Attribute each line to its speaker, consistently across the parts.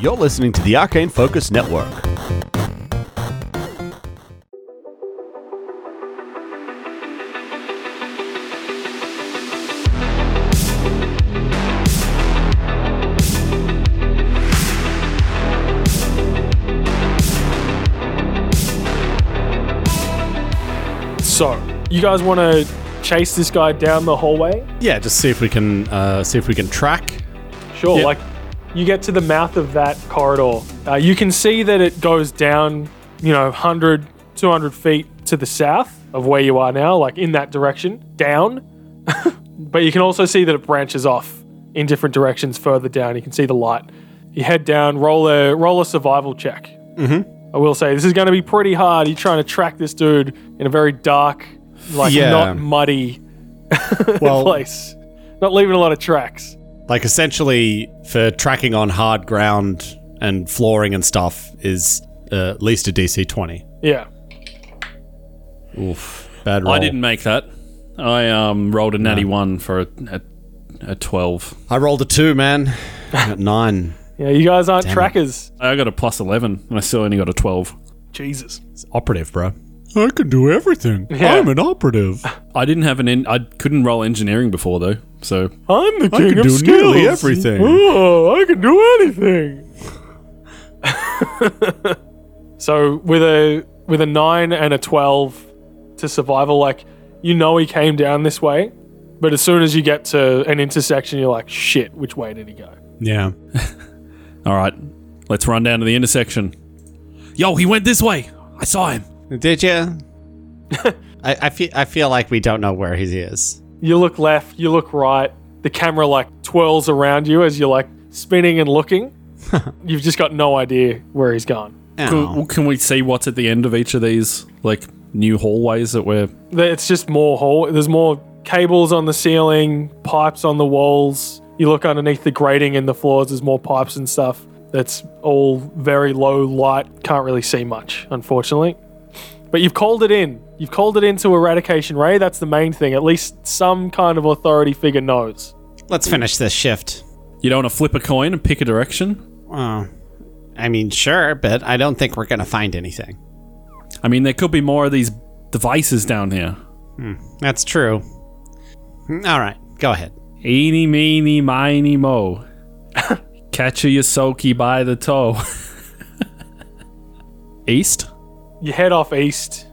Speaker 1: You're listening to the Arcane Focus Network.
Speaker 2: So, you guys want to chase this guy down the hallway?
Speaker 3: Yeah, just see if we can uh, see if we can track.
Speaker 2: Sure.
Speaker 3: Yep.
Speaker 2: Like, you get to the mouth of that corridor. Uh, you can see that it goes down, you know, 100, 200 feet to the south of where you are now, like in that direction, down. but you can also see that it branches off in different directions further down. You can see the light. You head down, roll a, roll a survival check. Mm-hmm. I will say, this is going to be pretty hard. You're trying to track this dude in a very dark, like
Speaker 3: Yeah.
Speaker 2: not muddy
Speaker 3: Well,
Speaker 2: place. Not leaving a lot of tracks.
Speaker 3: like essentially for tracking on hard ground and flooring and stuff is uh, at least a DC twenty.
Speaker 2: Yeah.
Speaker 3: Oof, bad
Speaker 4: Oh.
Speaker 3: roll.
Speaker 5: I didn't make that. I um, rolled a natty one for a, a, a 12.
Speaker 3: I rolled a two, man. I got nine.
Speaker 2: Yeah, you guys aren't trackers.
Speaker 5: I got a plus 11, and I still only got a 12.
Speaker 2: Jesus.
Speaker 3: It's operative, bro. I can do everything.
Speaker 2: Yeah. I'm
Speaker 3: an operative.
Speaker 5: I didn't have an. En- I couldn't roll engineering before, though. So
Speaker 2: I'm the
Speaker 3: can do nearly everything.
Speaker 2: Oh, I can do anything. so with a with a nine and a twelve to survival, like you know he came down this way, but as soon as you get to an intersection, you're like, shit, which way did he go?
Speaker 3: Yeah.
Speaker 5: All right, let's run down to the intersection. Yo, he went this way. I saw him.
Speaker 3: Did you? I, I feel I feel like we don't know where he is.
Speaker 2: You look left, you look right. The camera like twirls around you as you're like spinning and looking. You've just got no idea where he's gone.
Speaker 3: Ow.
Speaker 5: Can, can we see what's at the end of each of these like new hallways that we're?
Speaker 2: There- it's just more hall. There's more cables on the ceiling, pipes on the walls. You look underneath the grating in the floors. There's more pipes and stuff. That's all very low light. Can't really see much, unfortunately. But you've called it in. You've called it into Eradication Ray. That's the main thing. At least some kind of authority figure knows.
Speaker 3: Let's finish this shift.
Speaker 5: You don't want to flip a coin and pick a direction.
Speaker 3: Well, I mean, sure, but I don't think we're gonna find anything.
Speaker 5: I mean, there could be more of these devices down here.
Speaker 3: That's true. Hmm, All right, go ahead.
Speaker 5: Eeny, meeny, miny, mo. Catch a Yosoki by the toe. East?
Speaker 2: You head off east.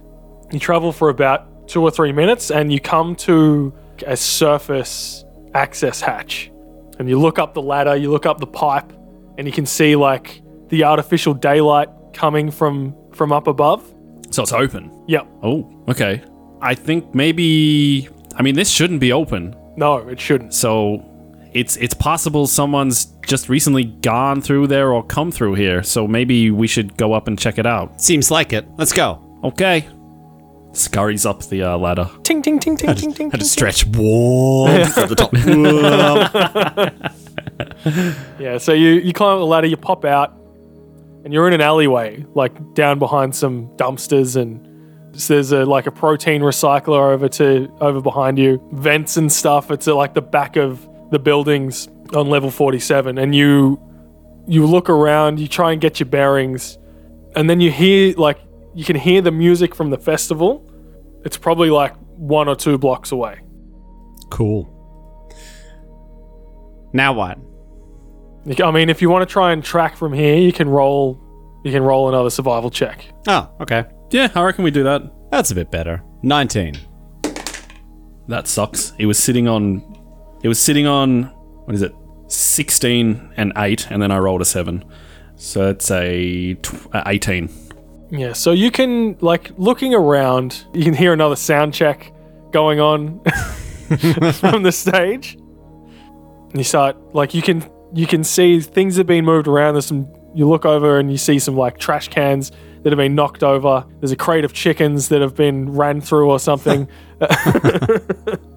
Speaker 2: You travel for about two or three minutes, and you come to a surface access hatch. And you look up the ladder, you look up the pipe, and you can see like the artificial daylight coming from from up above.
Speaker 5: So it's open.
Speaker 2: Yep.
Speaker 5: Oh, okay. I think maybe. I mean, this shouldn't be open.
Speaker 2: No, it shouldn't.
Speaker 5: So it's it's possible someone's just recently gone through there or come through here. So maybe we should go up and check it out.
Speaker 3: Seems like it. Let's go.
Speaker 5: Okay. Scurries up the uh, ladder.
Speaker 2: Ting ting ting ting ting ting.
Speaker 3: Had to
Speaker 2: ting,
Speaker 3: stretch warmth at the top. Warmth.
Speaker 2: Yeah, so you, you climb up the ladder, you pop out, and you're in an alleyway, like down behind some dumpsters and so there's a like a protein recycler over to over behind you, vents and stuff. It's at like the back of the buildings on level 47 and you you look around, you try and get your bearings, and then you hear like you can hear the music from the festival. It's probably like one or two blocks away.
Speaker 3: cool. Now what?
Speaker 2: You ca- I mean, if you want to try and track from here, you can roll. You can roll another survival check.
Speaker 3: Oh, okay.
Speaker 5: Yeah, I reckon we do that.
Speaker 3: That's a bit better. 19.
Speaker 5: That sucks. It was sitting on. It was sitting on. What is it? 16 and 8, and then I rolled a 7. So it's a tw- uh, 18.
Speaker 2: Yeah. So you can like looking around, you can hear another sound check going on from the stage. And you start like you can you can see things have been moved around. There's some. You look over and you see some like trash cans that have been knocked over. There's a crate of chickens that have been ran through or something.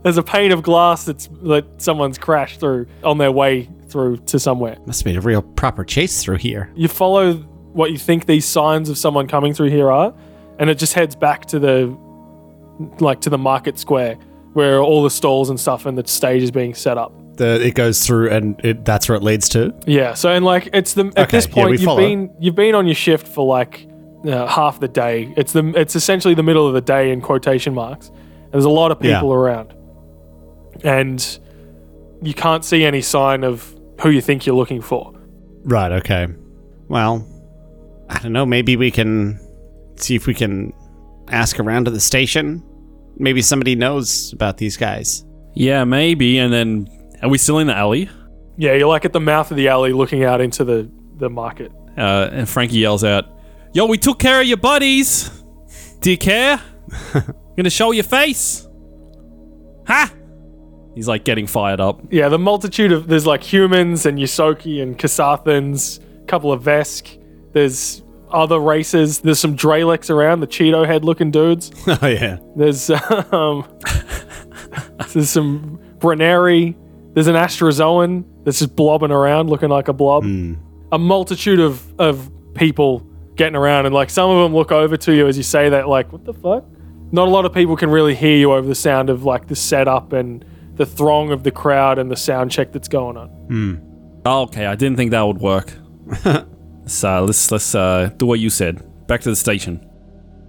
Speaker 2: There's a pane of glass that's that someone's crashed through on their way through to somewhere
Speaker 3: Must have been a real proper chase through here.
Speaker 2: you follow what you think these signs of someone coming through here are, and it just heads back to the like to the market square where all the stalls and stuff and the stage is being set up.
Speaker 3: the, it goes through, and it, that's where it leads to.
Speaker 2: Yeah. So and like it's the at
Speaker 3: Okay,
Speaker 2: this
Speaker 3: yeah,
Speaker 2: point
Speaker 3: we
Speaker 2: you've
Speaker 3: follow.
Speaker 2: been you've been on your shift for like uh, half the day. It's the it's essentially the middle of the day in quotation marks. There's a lot of
Speaker 3: Yeah.
Speaker 2: people around, and you can't see any sign of who you think you're looking for.
Speaker 3: Right. Okay. Well, I don't know. Maybe we can see if we can ask around to the station. Maybe somebody knows about these guys.
Speaker 5: Yeah, maybe. And then, are we still in the alley?
Speaker 2: Yeah, you're like at the mouth of the alley, looking out into the the market.
Speaker 5: Uh, and Frankie yells out, "Yo, we took care of your buddies. Do you care? Gonna show your face? Ha!" He's like getting fired up.
Speaker 2: Yeah, the multitude of there's like humans and Yosoki and Kasathans, couple of Vesk. There's other races. There's some Dralex around, the Cheeto head looking dudes.
Speaker 3: oh yeah.
Speaker 2: There's um, there's some Brenary. There's an Astrozoan that's just blobbing around, looking like a blob.
Speaker 3: Hmm.
Speaker 2: A multitude of of people getting around, and like some of them look over to you as you say that, like, what the fuck? Not a lot of people can really hear you over the sound of like the setup and the throng of the crowd and the sound check that's going on.
Speaker 5: Oh, okay, I didn't think that would work. so let's let's uh, do what you said. Back to the station.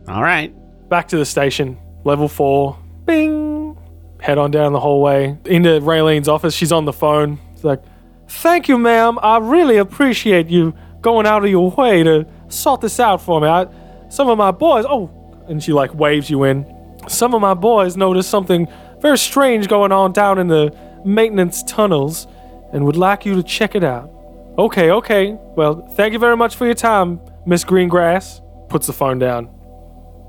Speaker 3: All right.
Speaker 2: Back to the station, level four. Bing. Head on down the hallway into Raylene's office. She's on the phone. It's like, Thank you, ma'am. I really appreciate you going out of your way to sort this out for me. I, some of my boys, oh, and she like waves you in. Some of my boys noticed something very strange going on down in the maintenance tunnels and would like you to check it out. Okay, okay. Well, thank you very much for your time, Miss Greengrass. Puts the phone down.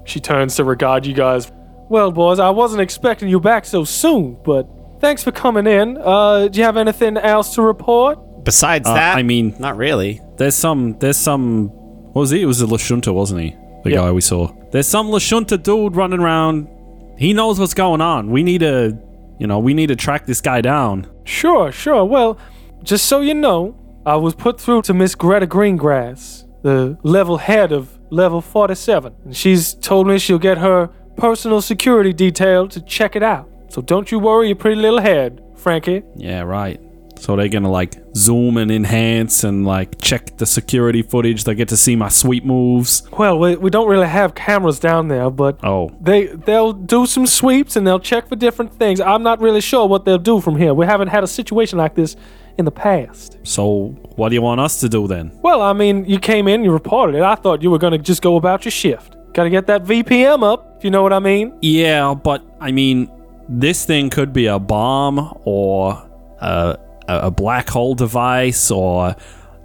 Speaker 2: She turns to regard you guys. Well, boys, I wasn't expecting you back so soon, but thanks for coming in. Uh, do you have anything else to report?
Speaker 3: Besides
Speaker 5: Uh,
Speaker 3: that,
Speaker 5: I mean-
Speaker 3: not really.
Speaker 5: There's some there's some what was he? It was a Lashunta, wasn't he? The
Speaker 2: Yeah.
Speaker 5: guy we saw. There's some Lashunta dude running around. He knows what's going on. We need to, you know, we need to track this guy down.
Speaker 2: Sure, sure. Well, just so you know, I was put through to Miss Greta Greengrass, the level head of level 47. And she's told me she'll get her personal security detail to check it out. So don't you worry your pretty little head, Frankie.
Speaker 5: Yeah, right. So they're gonna like zoom and enhance and like check the security footage. They get to see my sweet moves.
Speaker 2: Well, we, we don't really have cameras down there, but
Speaker 5: Oh,
Speaker 2: they they'll do some sweeps and they'll check for different things. I'm not really sure what they'll do from here. We haven't had a situation like this in the past.
Speaker 5: so what do you want us to do then?
Speaker 2: Well, I mean, you came in, you reported it. I thought you were gonna just go about your shift. Gotta get that VPM up, if you know what I mean.
Speaker 5: Yeah, but I mean, this thing could be a bomb or a, a a black hole device or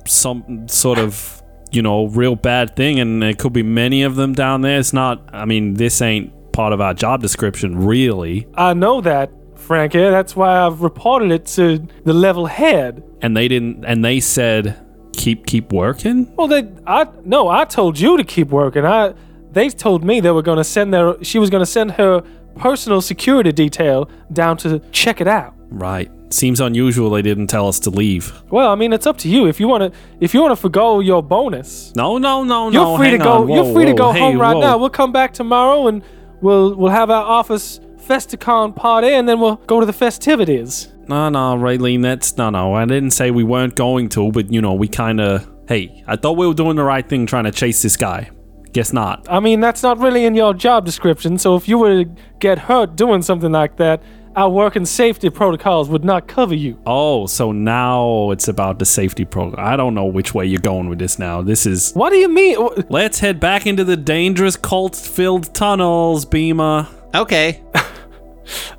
Speaker 5: some sort of you know real bad thing, and there could be many of them down there. It's not. I mean, this ain't part of our job description, really.
Speaker 2: I know that, Frankie. That's why I've reported it to the level head.
Speaker 5: And they didn't. And they said, keep keep working.
Speaker 2: Well, they I no, I told you to keep working. I they told me they were gonna send their she was gonna send her personal security detail down to check it out.
Speaker 5: Right. Seems unusual they didn't tell us to leave.
Speaker 2: Well, I mean, it's up to you. If you want to, if you want to forgo your bonus,
Speaker 5: No, no, no,
Speaker 2: you're
Speaker 5: no.
Speaker 2: free to
Speaker 5: Oh, hang
Speaker 2: go.
Speaker 5: on.
Speaker 2: you're
Speaker 5: Whoa,
Speaker 2: free to
Speaker 5: whoa.
Speaker 2: go
Speaker 5: Hey,
Speaker 2: home right
Speaker 5: whoa.
Speaker 2: now. We'll come back tomorrow and we'll we'll have our office festicon party and then we'll go to the festivities.
Speaker 5: No, no, Raylene, that's no, no. I didn't say we weren't going to, but you know, we kind of. Hey, I thought we were doing the right thing trying to chase this guy. Guess not.
Speaker 2: I mean, that's not really in your job description. So if you were to get hurt doing something like that, our work and safety protocols would not cover you.
Speaker 5: Oh, so now it's about the safety program. I don't know which way you're going with this now. This is.
Speaker 2: What do you mean? Wh-
Speaker 5: Let's head back into the dangerous cult filled tunnels, Beamer.
Speaker 3: Okay.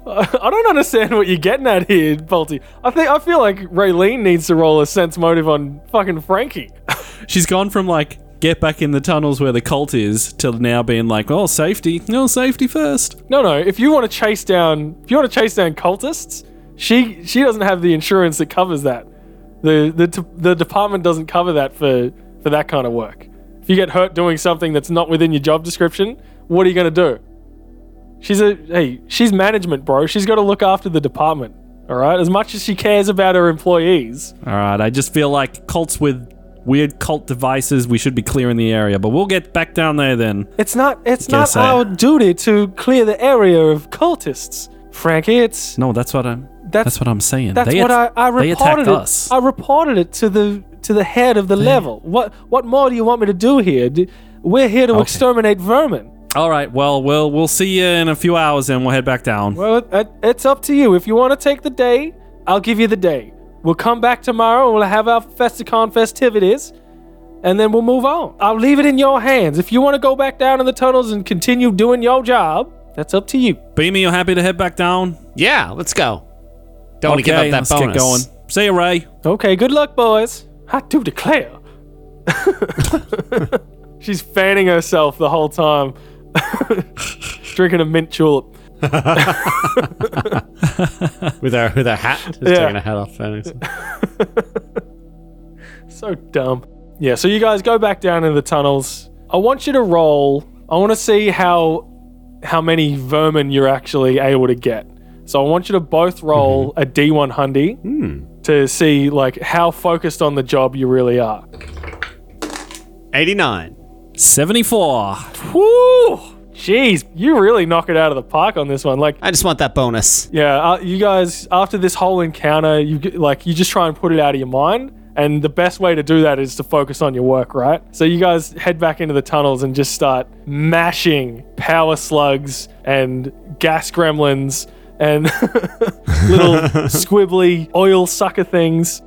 Speaker 2: I don't understand what you're getting at here, Balti. I think I feel like Raylene needs to roll a sense motive on fucking Frankie.
Speaker 5: She's gone from like get back in the tunnels where the cult is till now being like, oh, safety, no safety first.
Speaker 2: No, no. If you want to chase down, if you want to chase down cultists, she she doesn't have the insurance that covers that. The the t- the department doesn't cover that for for that kind of work. If you get hurt doing something that's not within your job description, what are you gonna do? She's a hey, she's management, bro. She's got to look after the department. All right, as much as she cares about her employees.
Speaker 5: All right, I just feel like cults with weird cult devices, we should be clearing the area, but we'll get back down there then.
Speaker 2: It's not it's
Speaker 5: Guess
Speaker 2: not
Speaker 5: I-
Speaker 2: our duty to clear the area of cultists, Frankie. It's
Speaker 5: No, that's what I'm.
Speaker 2: That's
Speaker 5: That's what I'm saying.
Speaker 2: That's
Speaker 5: they
Speaker 2: what I,
Speaker 5: at-
Speaker 2: I
Speaker 5: they
Speaker 2: reported
Speaker 5: attacked
Speaker 2: it.
Speaker 5: us.
Speaker 2: I reported it to the to the head of the level. What what more do you want me to do here? D- We're here to exterminate vermin.
Speaker 5: All right. Well, we'll we'll see you in a few hours, and we'll head back down.
Speaker 2: Well, it, it, it's up to you. If you want to take the day, I'll give you the day. We'll come back tomorrow and we'll have our Festicon festivities, and then we'll move on. I'll leave it in your hands. If you want to go back down in the tunnels and continue doing your job, that's up to you.
Speaker 5: Beamy, you happy to head back down?
Speaker 3: Yeah, let's go. Don't want to give
Speaker 5: Okay,
Speaker 3: up that
Speaker 5: let's
Speaker 3: bonus.
Speaker 5: get going. See you, Ray.
Speaker 2: Okay, good luck, boys. I do declare. She's fanning herself the whole time, drinking a mint julep.
Speaker 3: With our with our hat, just
Speaker 2: Yeah.
Speaker 3: taking a hat off.
Speaker 2: So dumb. Yeah, so you guys go back down in the tunnels. I want you to roll. I want to see how how many vermin you're actually able to get. So I want you to both roll a D1 hundy to see like how focused on the job you really are.
Speaker 3: Eighty nine.
Speaker 5: Seventy-four.
Speaker 2: Woo! Jeez, you really knock it out of the park on this one. Like
Speaker 3: I just want that bonus.
Speaker 2: Yeah, uh, you guys. After this whole encounter, you get- like you just try and put it out of your mind, and the best way to do that is to focus on your work, right? So you guys head back into the tunnels and just start mashing power slugs and gas gremlins and little squibbly oil sucker things.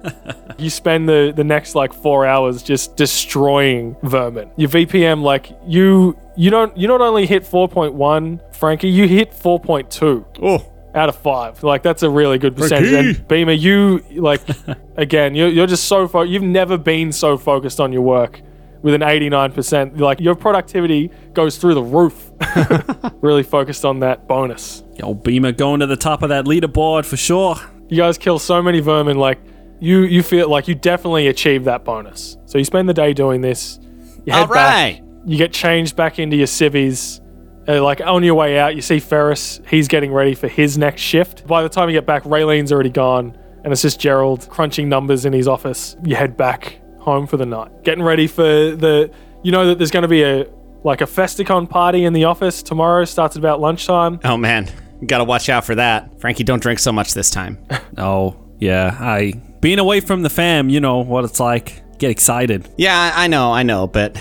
Speaker 2: You spend the the next like four hours just destroying vermin. Your VPM, like you you don't you not only hit four point one, Frankie, you hit four point two
Speaker 3: Oh,
Speaker 2: out of five. Like that's a really good percentage. And Beamer, you like again, you're, you're just so fo- you've never been so focused on your work with an 89%. Like your productivity goes through the roof. really focused on that bonus.
Speaker 5: Yo, Beamer, going to the top of that leaderboard for sure.
Speaker 2: You guys kill so many vermin like you you feel like you definitely achieve that bonus. So you spend the day doing this. You head
Speaker 3: all right.
Speaker 2: back, you get changed back into your civvies. Uh, like on your way out, you see Ferris. He's getting ready for his next shift. By the time you get back, Raylene's already gone, and it's just Gerald crunching numbers in his office. You head back home for the night, getting ready for the. You know that there's going to be a like a Festicon party in the office tomorrow. Starts at about lunchtime.
Speaker 3: Oh man, gotta watch out for that. Frankie, don't drink so much this time.
Speaker 5: Oh, yeah. I being away from the fam, you know what it's like. Get excited.
Speaker 3: yeah, I I know, I know, but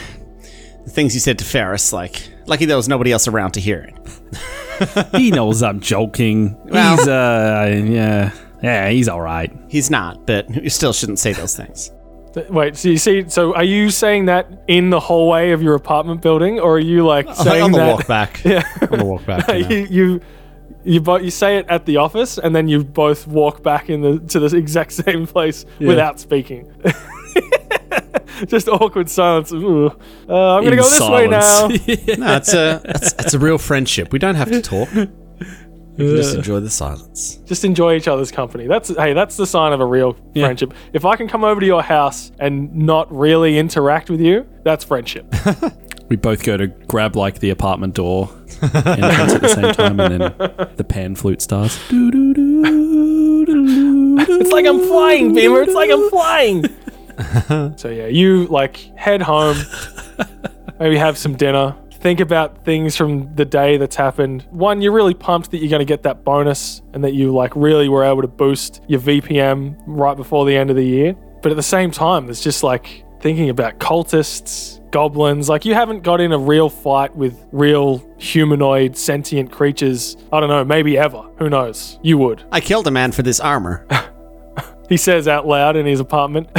Speaker 3: the things you said to Ferris, like lucky there was nobody else around to hear it.
Speaker 5: He knows I'm joking.
Speaker 3: Well-
Speaker 5: he's uh, yeah, yeah. He's all right.
Speaker 3: He's not, but you still shouldn't say those things.
Speaker 2: Th- Wait, so you see, so are you saying that in the hallway of your apartment building, or are you like saying
Speaker 3: I'm gonna
Speaker 2: that?
Speaker 3: walk back. Yeah, I'm gonna walk back. you know.
Speaker 2: you you you, bo- you say it at the office and then you both walk back in the to the exact same place without speaking. Just awkward silence. Ooh. Uh, I'm gonna
Speaker 5: In
Speaker 2: go this way now.
Speaker 5: silence.
Speaker 4: No, it's a it's, it's a real friendship. We don't have to talk. We can just enjoy the silence.
Speaker 2: Just enjoy each other's company. That's hey, that's the sign of a real friendship. If I can come over to your house and not really interact with you, that's friendship.
Speaker 5: we both go to grab like the apartment door and dance at the same time, and then the pan flute starts.
Speaker 2: It's like I'm flying, Beamer. It's like I'm flying. so yeah, you like head home, maybe have some dinner, think about things from the day that's happened. One, you're really pumped that you're going to get that bonus and that you like really were able to boost your VPM right before the end of the year. But at the same time, it's just like thinking about cultists, goblins. Like you haven't got in a real fight with real humanoid sentient creatures. I don't know, maybe ever. Who knows? You would.
Speaker 3: I killed a man for this armor.
Speaker 2: He says out loud in his apartment.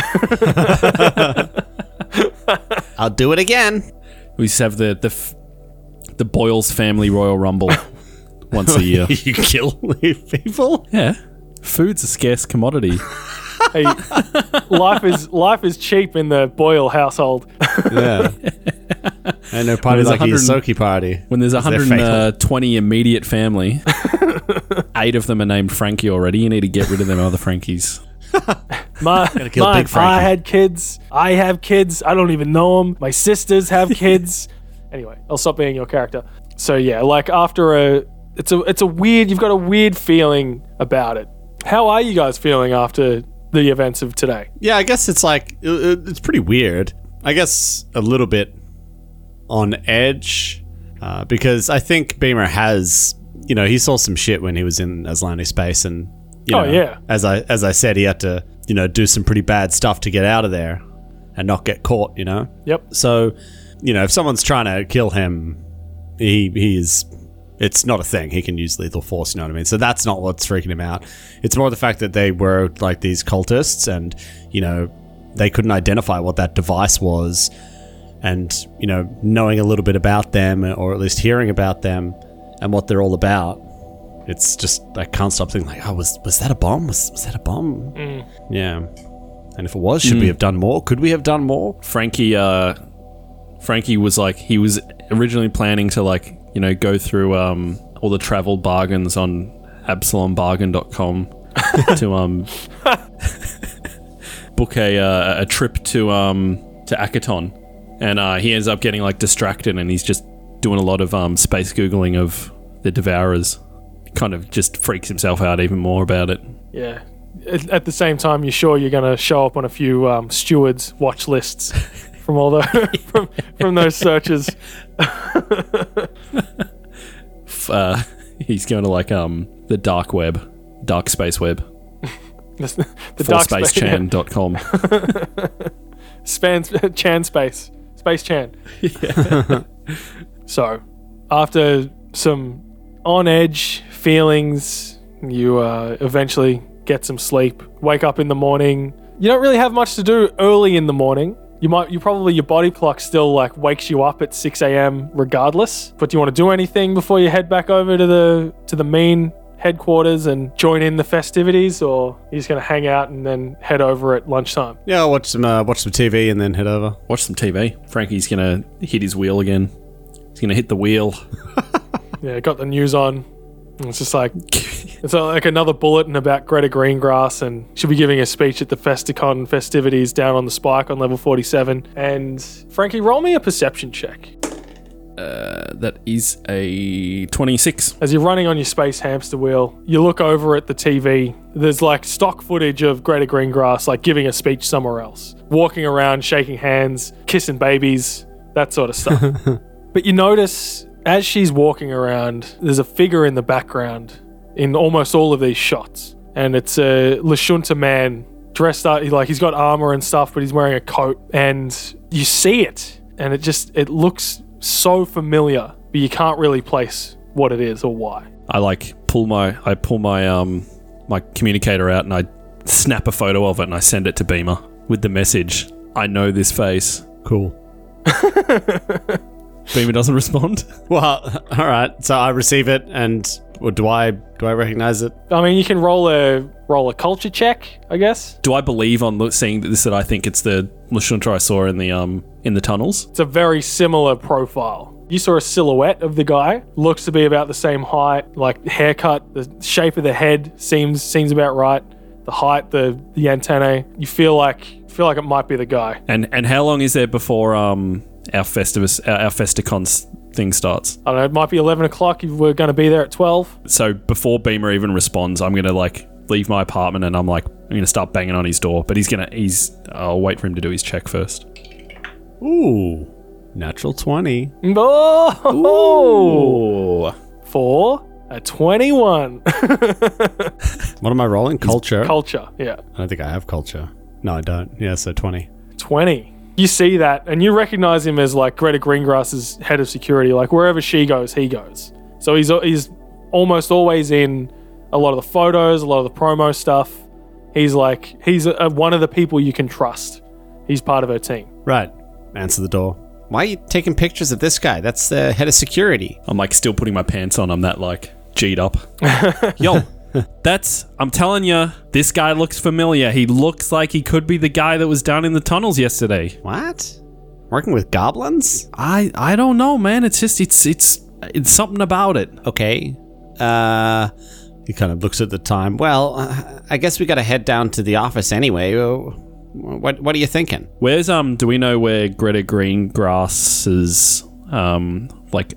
Speaker 3: I'll do it again.
Speaker 5: We just have the the f- the Boyles family Royal Rumble once a year.
Speaker 3: you kill people.
Speaker 5: Yeah, food's a scarce commodity.
Speaker 2: hey, life is life is cheap in the Boyle household.
Speaker 4: Yeah. And no party
Speaker 5: There's
Speaker 4: like a
Speaker 5: 100
Speaker 4: Yosoki party.
Speaker 5: When there's
Speaker 3: their
Speaker 5: 120 immediate family, eight of them are named Frankie already. You need to get rid of them other Frankies.
Speaker 2: My,
Speaker 3: kill
Speaker 2: my pa
Speaker 3: Big Frankie.
Speaker 2: had kids. I have kids. I don't even know them. My sisters have kids. anyway, I'll stop being your character. So yeah, like after a, it's a it's a weird. You've got a weird feeling about it. How are you guys feeling after the events of today?
Speaker 4: Yeah, I guess it's like it- it- it's pretty weird. I guess a little bit on edge uh, because I think Beamer has, you know, he saw some shit when he was in Aslani space, and You
Speaker 2: Oh,
Speaker 4: know,
Speaker 2: yeah.
Speaker 4: As I as I said, he had to you know do some pretty bad stuff to get out of there, and not get caught. You know.
Speaker 2: Yep.
Speaker 4: So, you know, if someone's trying to kill him, he he is. It's not a thing. He can use lethal force. You know what I mean? So that's not what's freaking him out. It's more the fact that they were like these cultists, and you know, they couldn't identify what that device was, and you know, knowing a little bit about them, or at least hearing about them, and what they're all about. It's just I can't stop thinking like, oh, was was that a bomb? Was was that a bomb? Yeah. And if it was, should we have done more? Could we have done more?
Speaker 5: Frankie uh Frankie was like he was originally planning to like, you know, go through um all the travel bargains on absalombargain.com to um book a uh, a trip to um to Akaton. And uh, he ends up getting like distracted and he's just doing a lot of um space googling of the devourers. Kind of just freaks himself out even more about it.
Speaker 2: Yeah. At, at the same time, you're sure you're going to show up on a few um, stewards watch lists from all the from, from those searches.
Speaker 5: F- Uh, he's going to like um the dark web, dark space web.
Speaker 2: the dark space yeah.
Speaker 5: forspacechan.com.
Speaker 2: span Chan space space Chan. so, after some on edge feelings, you uh, eventually get some sleep. Wake up in the morning. You don't really have much to do early in the morning. You might, you probably your body clock still like wakes you up at 6 a.m. regardless. But do you want to do anything before you head back over to the to the main headquarters and join in the festivities, or you're just gonna hang out and then head over at lunchtime?
Speaker 4: Yeah, I'll watch some uh, watch some TV and then head over.
Speaker 5: Watch some TV. Frankie's going to hit his wheel again. He's going to hit the wheel.
Speaker 2: Yeah, got the news on. And It's just like it's like another bulletin about Greta Greengrass, and she'll be giving a speech at the Festicon festivities down on the spike on level forty-seven. And Frankie, roll me a perception check
Speaker 5: Uh, that is a 26.
Speaker 2: as you're running on your space hamster wheel. You look over at the TV. There's like stock footage of Greta Greengrass like giving a speech somewhere else, walking around, shaking hands, kissing babies, that sort of stuff. But you notice as she's walking around, there's a figure in the background in almost all of these shots. And it's a Lashunta man dressed up, he- like he's got armor and stuff, but he's wearing a coat. And you see it, and it just, it looks so familiar, but you can't really place what it is or why.
Speaker 5: I like pull my I pull my um my communicator out and I snap a photo of it and I send it to Beamer with the message, I know this face.
Speaker 4: Cool.
Speaker 5: Beamer doesn't respond.
Speaker 4: Well, all right. So I receive it, and well, do I do I recognize it?
Speaker 2: I mean, you can roll a roll a culture check, I guess.
Speaker 5: Do I believe on lo- seeing this that I think it's the Lashuntra I saw in the um in the tunnels?
Speaker 2: It's a very similar profile. You saw a silhouette of the guy. Looks to be about the same height, like haircut, the shape of the head seems seems about right. The height, the the antennae. You feel like feel like it might be the guy.
Speaker 5: And and how long is there before um our Festivus our, our Festicon s- thing starts?
Speaker 2: I don't know. It might be eleven o'clock. If we're going to be there at twelve.
Speaker 5: so before Beamer even responds, I'm gonna like leave my apartment and I'm like I'm gonna start banging on his door. But he's gonna he's I'll wait for him to do his check first.
Speaker 4: Ooh, natural twenty.
Speaker 2: Oh,
Speaker 5: Oh,
Speaker 2: for a twenty-one
Speaker 4: What am I rolling? Culture.
Speaker 2: culture. Yeah.
Speaker 4: I don't think I have culture. No, I don't. Yeah, so twenty.
Speaker 2: 20. You see that, and you recognize him as like Greta Greengrass's head of security. Like wherever she goes, he goes. So he's he's almost always in a lot of the photos, a lot of the promo stuff. He's like he's uh one of the people you can trust. He's part of her team.
Speaker 4: Right. Answer the door.
Speaker 3: Why are you taking pictures of this guy? That's the head of security.
Speaker 5: I'm like still putting my pants on. I'm that like G'd up. Yo, that's I'm telling you, this guy looks familiar. He looks like he could be the guy that was down in the tunnels yesterday.
Speaker 3: What? Working with goblins?
Speaker 5: I I don't know, man. It's just it's it's it's something about it.
Speaker 3: Okay. Uh,
Speaker 4: He kind of looks at the time.
Speaker 3: well, uh, I guess we gotta head down to the office anyway. Uh, What What are you thinking?
Speaker 5: Where's um? Do we know where Greta Greengrass's um like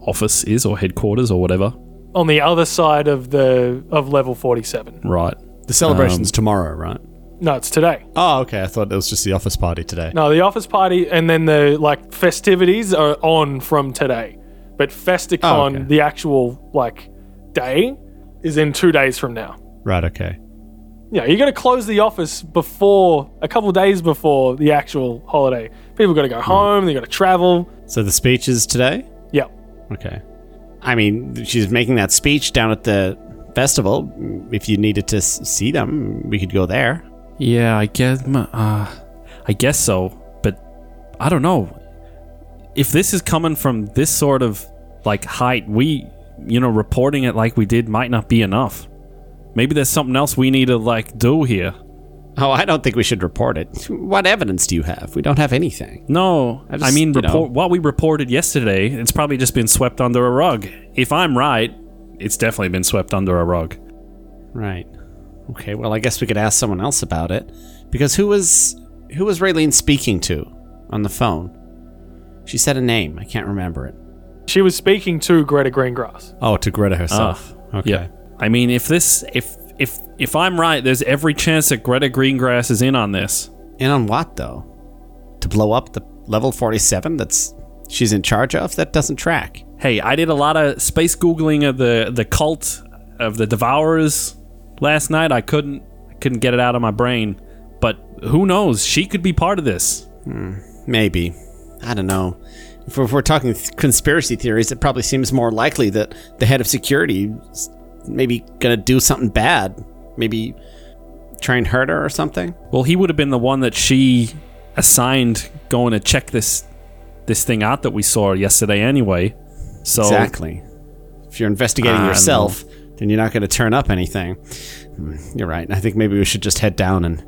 Speaker 5: office is or headquarters or whatever?
Speaker 2: On the other side of the of level 47.
Speaker 5: Right.
Speaker 4: The celebration's tomorrow, right?
Speaker 2: No, it's today.
Speaker 4: Oh, okay. I thought it was just the office party today.
Speaker 2: No, the office party and then the like festivities are on from today. But Festicon,
Speaker 4: Oh, okay.
Speaker 2: the actual like day, is in two days from now.
Speaker 6: Right, okay.
Speaker 2: Yeah, you're going to close the office before a couple days before the actual holiday. People got to
Speaker 4: Mm.
Speaker 2: go home. They got to travel.
Speaker 6: So the speech is today?
Speaker 2: Yeah,
Speaker 6: Okay.
Speaker 4: I mean, she's making that speech down at the festival. If you needed to s- see them, we could go there.
Speaker 5: Yeah, I guess. Uh, I guess so, but I don't know if this is coming from this sort of like height. We, you know, reporting it like we did might not be enough. Maybe there's something else we need to like do here.
Speaker 4: Oh, I don't think we should report it. What evidence do you have? We don't have anything.
Speaker 5: No, I,
Speaker 4: just-
Speaker 5: mean
Speaker 4: you know.
Speaker 5: report what we reported yesterday. It's probably just been swept under a rug. If I'm right, it's definitely been swept under a rug.
Speaker 4: Right. Okay. Well, I guess we could ask someone else about it, because who was who was Raylene speaking to on the phone? She said a name. I can't remember it.
Speaker 2: she was speaking to Greta Greengrass.
Speaker 6: Oh, to Greta herself.
Speaker 5: Ah,
Speaker 6: okay.
Speaker 5: Yeah. I mean, if this, if if if I'm right, there's every chance that Greta Greengrass is in on this.
Speaker 4: And on what though? To blow up the level forty-seven that's she's in charge of? That doesn't track.
Speaker 5: Hey, I did a lot of space googling of the the cult of the Devourers last night. I couldn't I couldn't get it out of my brain, but who knows? She could be part of this.
Speaker 4: Maybe. I don't know. If we're, if we're talking th- conspiracy theories, it probably seems more likely that the head of security is maybe going to do something bad. Maybe try and hurt her or something.
Speaker 5: Well, he would have been the one that she assigned going to check this this thing out that we saw yesterday anyway. So
Speaker 6: Oh.
Speaker 4: Exactly. If you're investigating
Speaker 5: I don't
Speaker 4: yourself, then you're not going to turn up anything. Hmm, You're right. I think maybe we should just head down and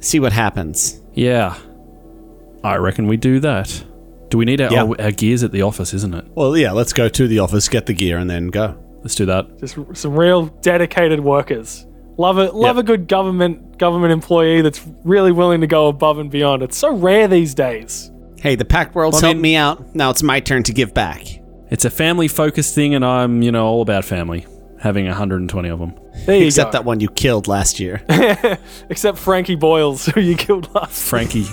Speaker 4: see what happens.
Speaker 5: yeah, I reckon we do that. Do we need our,
Speaker 6: Yeah.
Speaker 5: oh, our gears at the office? Isn't it?
Speaker 6: Well, yeah, let's go to the office, get the gear, and then go.
Speaker 5: Let's do that.
Speaker 2: Just r- some real dedicated workers. Love it. Love a good government government employee that's really willing to go above and beyond. It's so rare these days.
Speaker 4: Hey, the Pact World's
Speaker 5: Well, I
Speaker 4: helped
Speaker 5: mean-
Speaker 4: me out. Now it's my turn to give back.
Speaker 5: It's a family focused thing, and I'm, you know, all about family. Having 120 of them.
Speaker 2: There you
Speaker 4: Except
Speaker 2: go.
Speaker 4: that one you killed last year.
Speaker 2: Except Frankie Boyles, who you killed last.
Speaker 5: Frankie,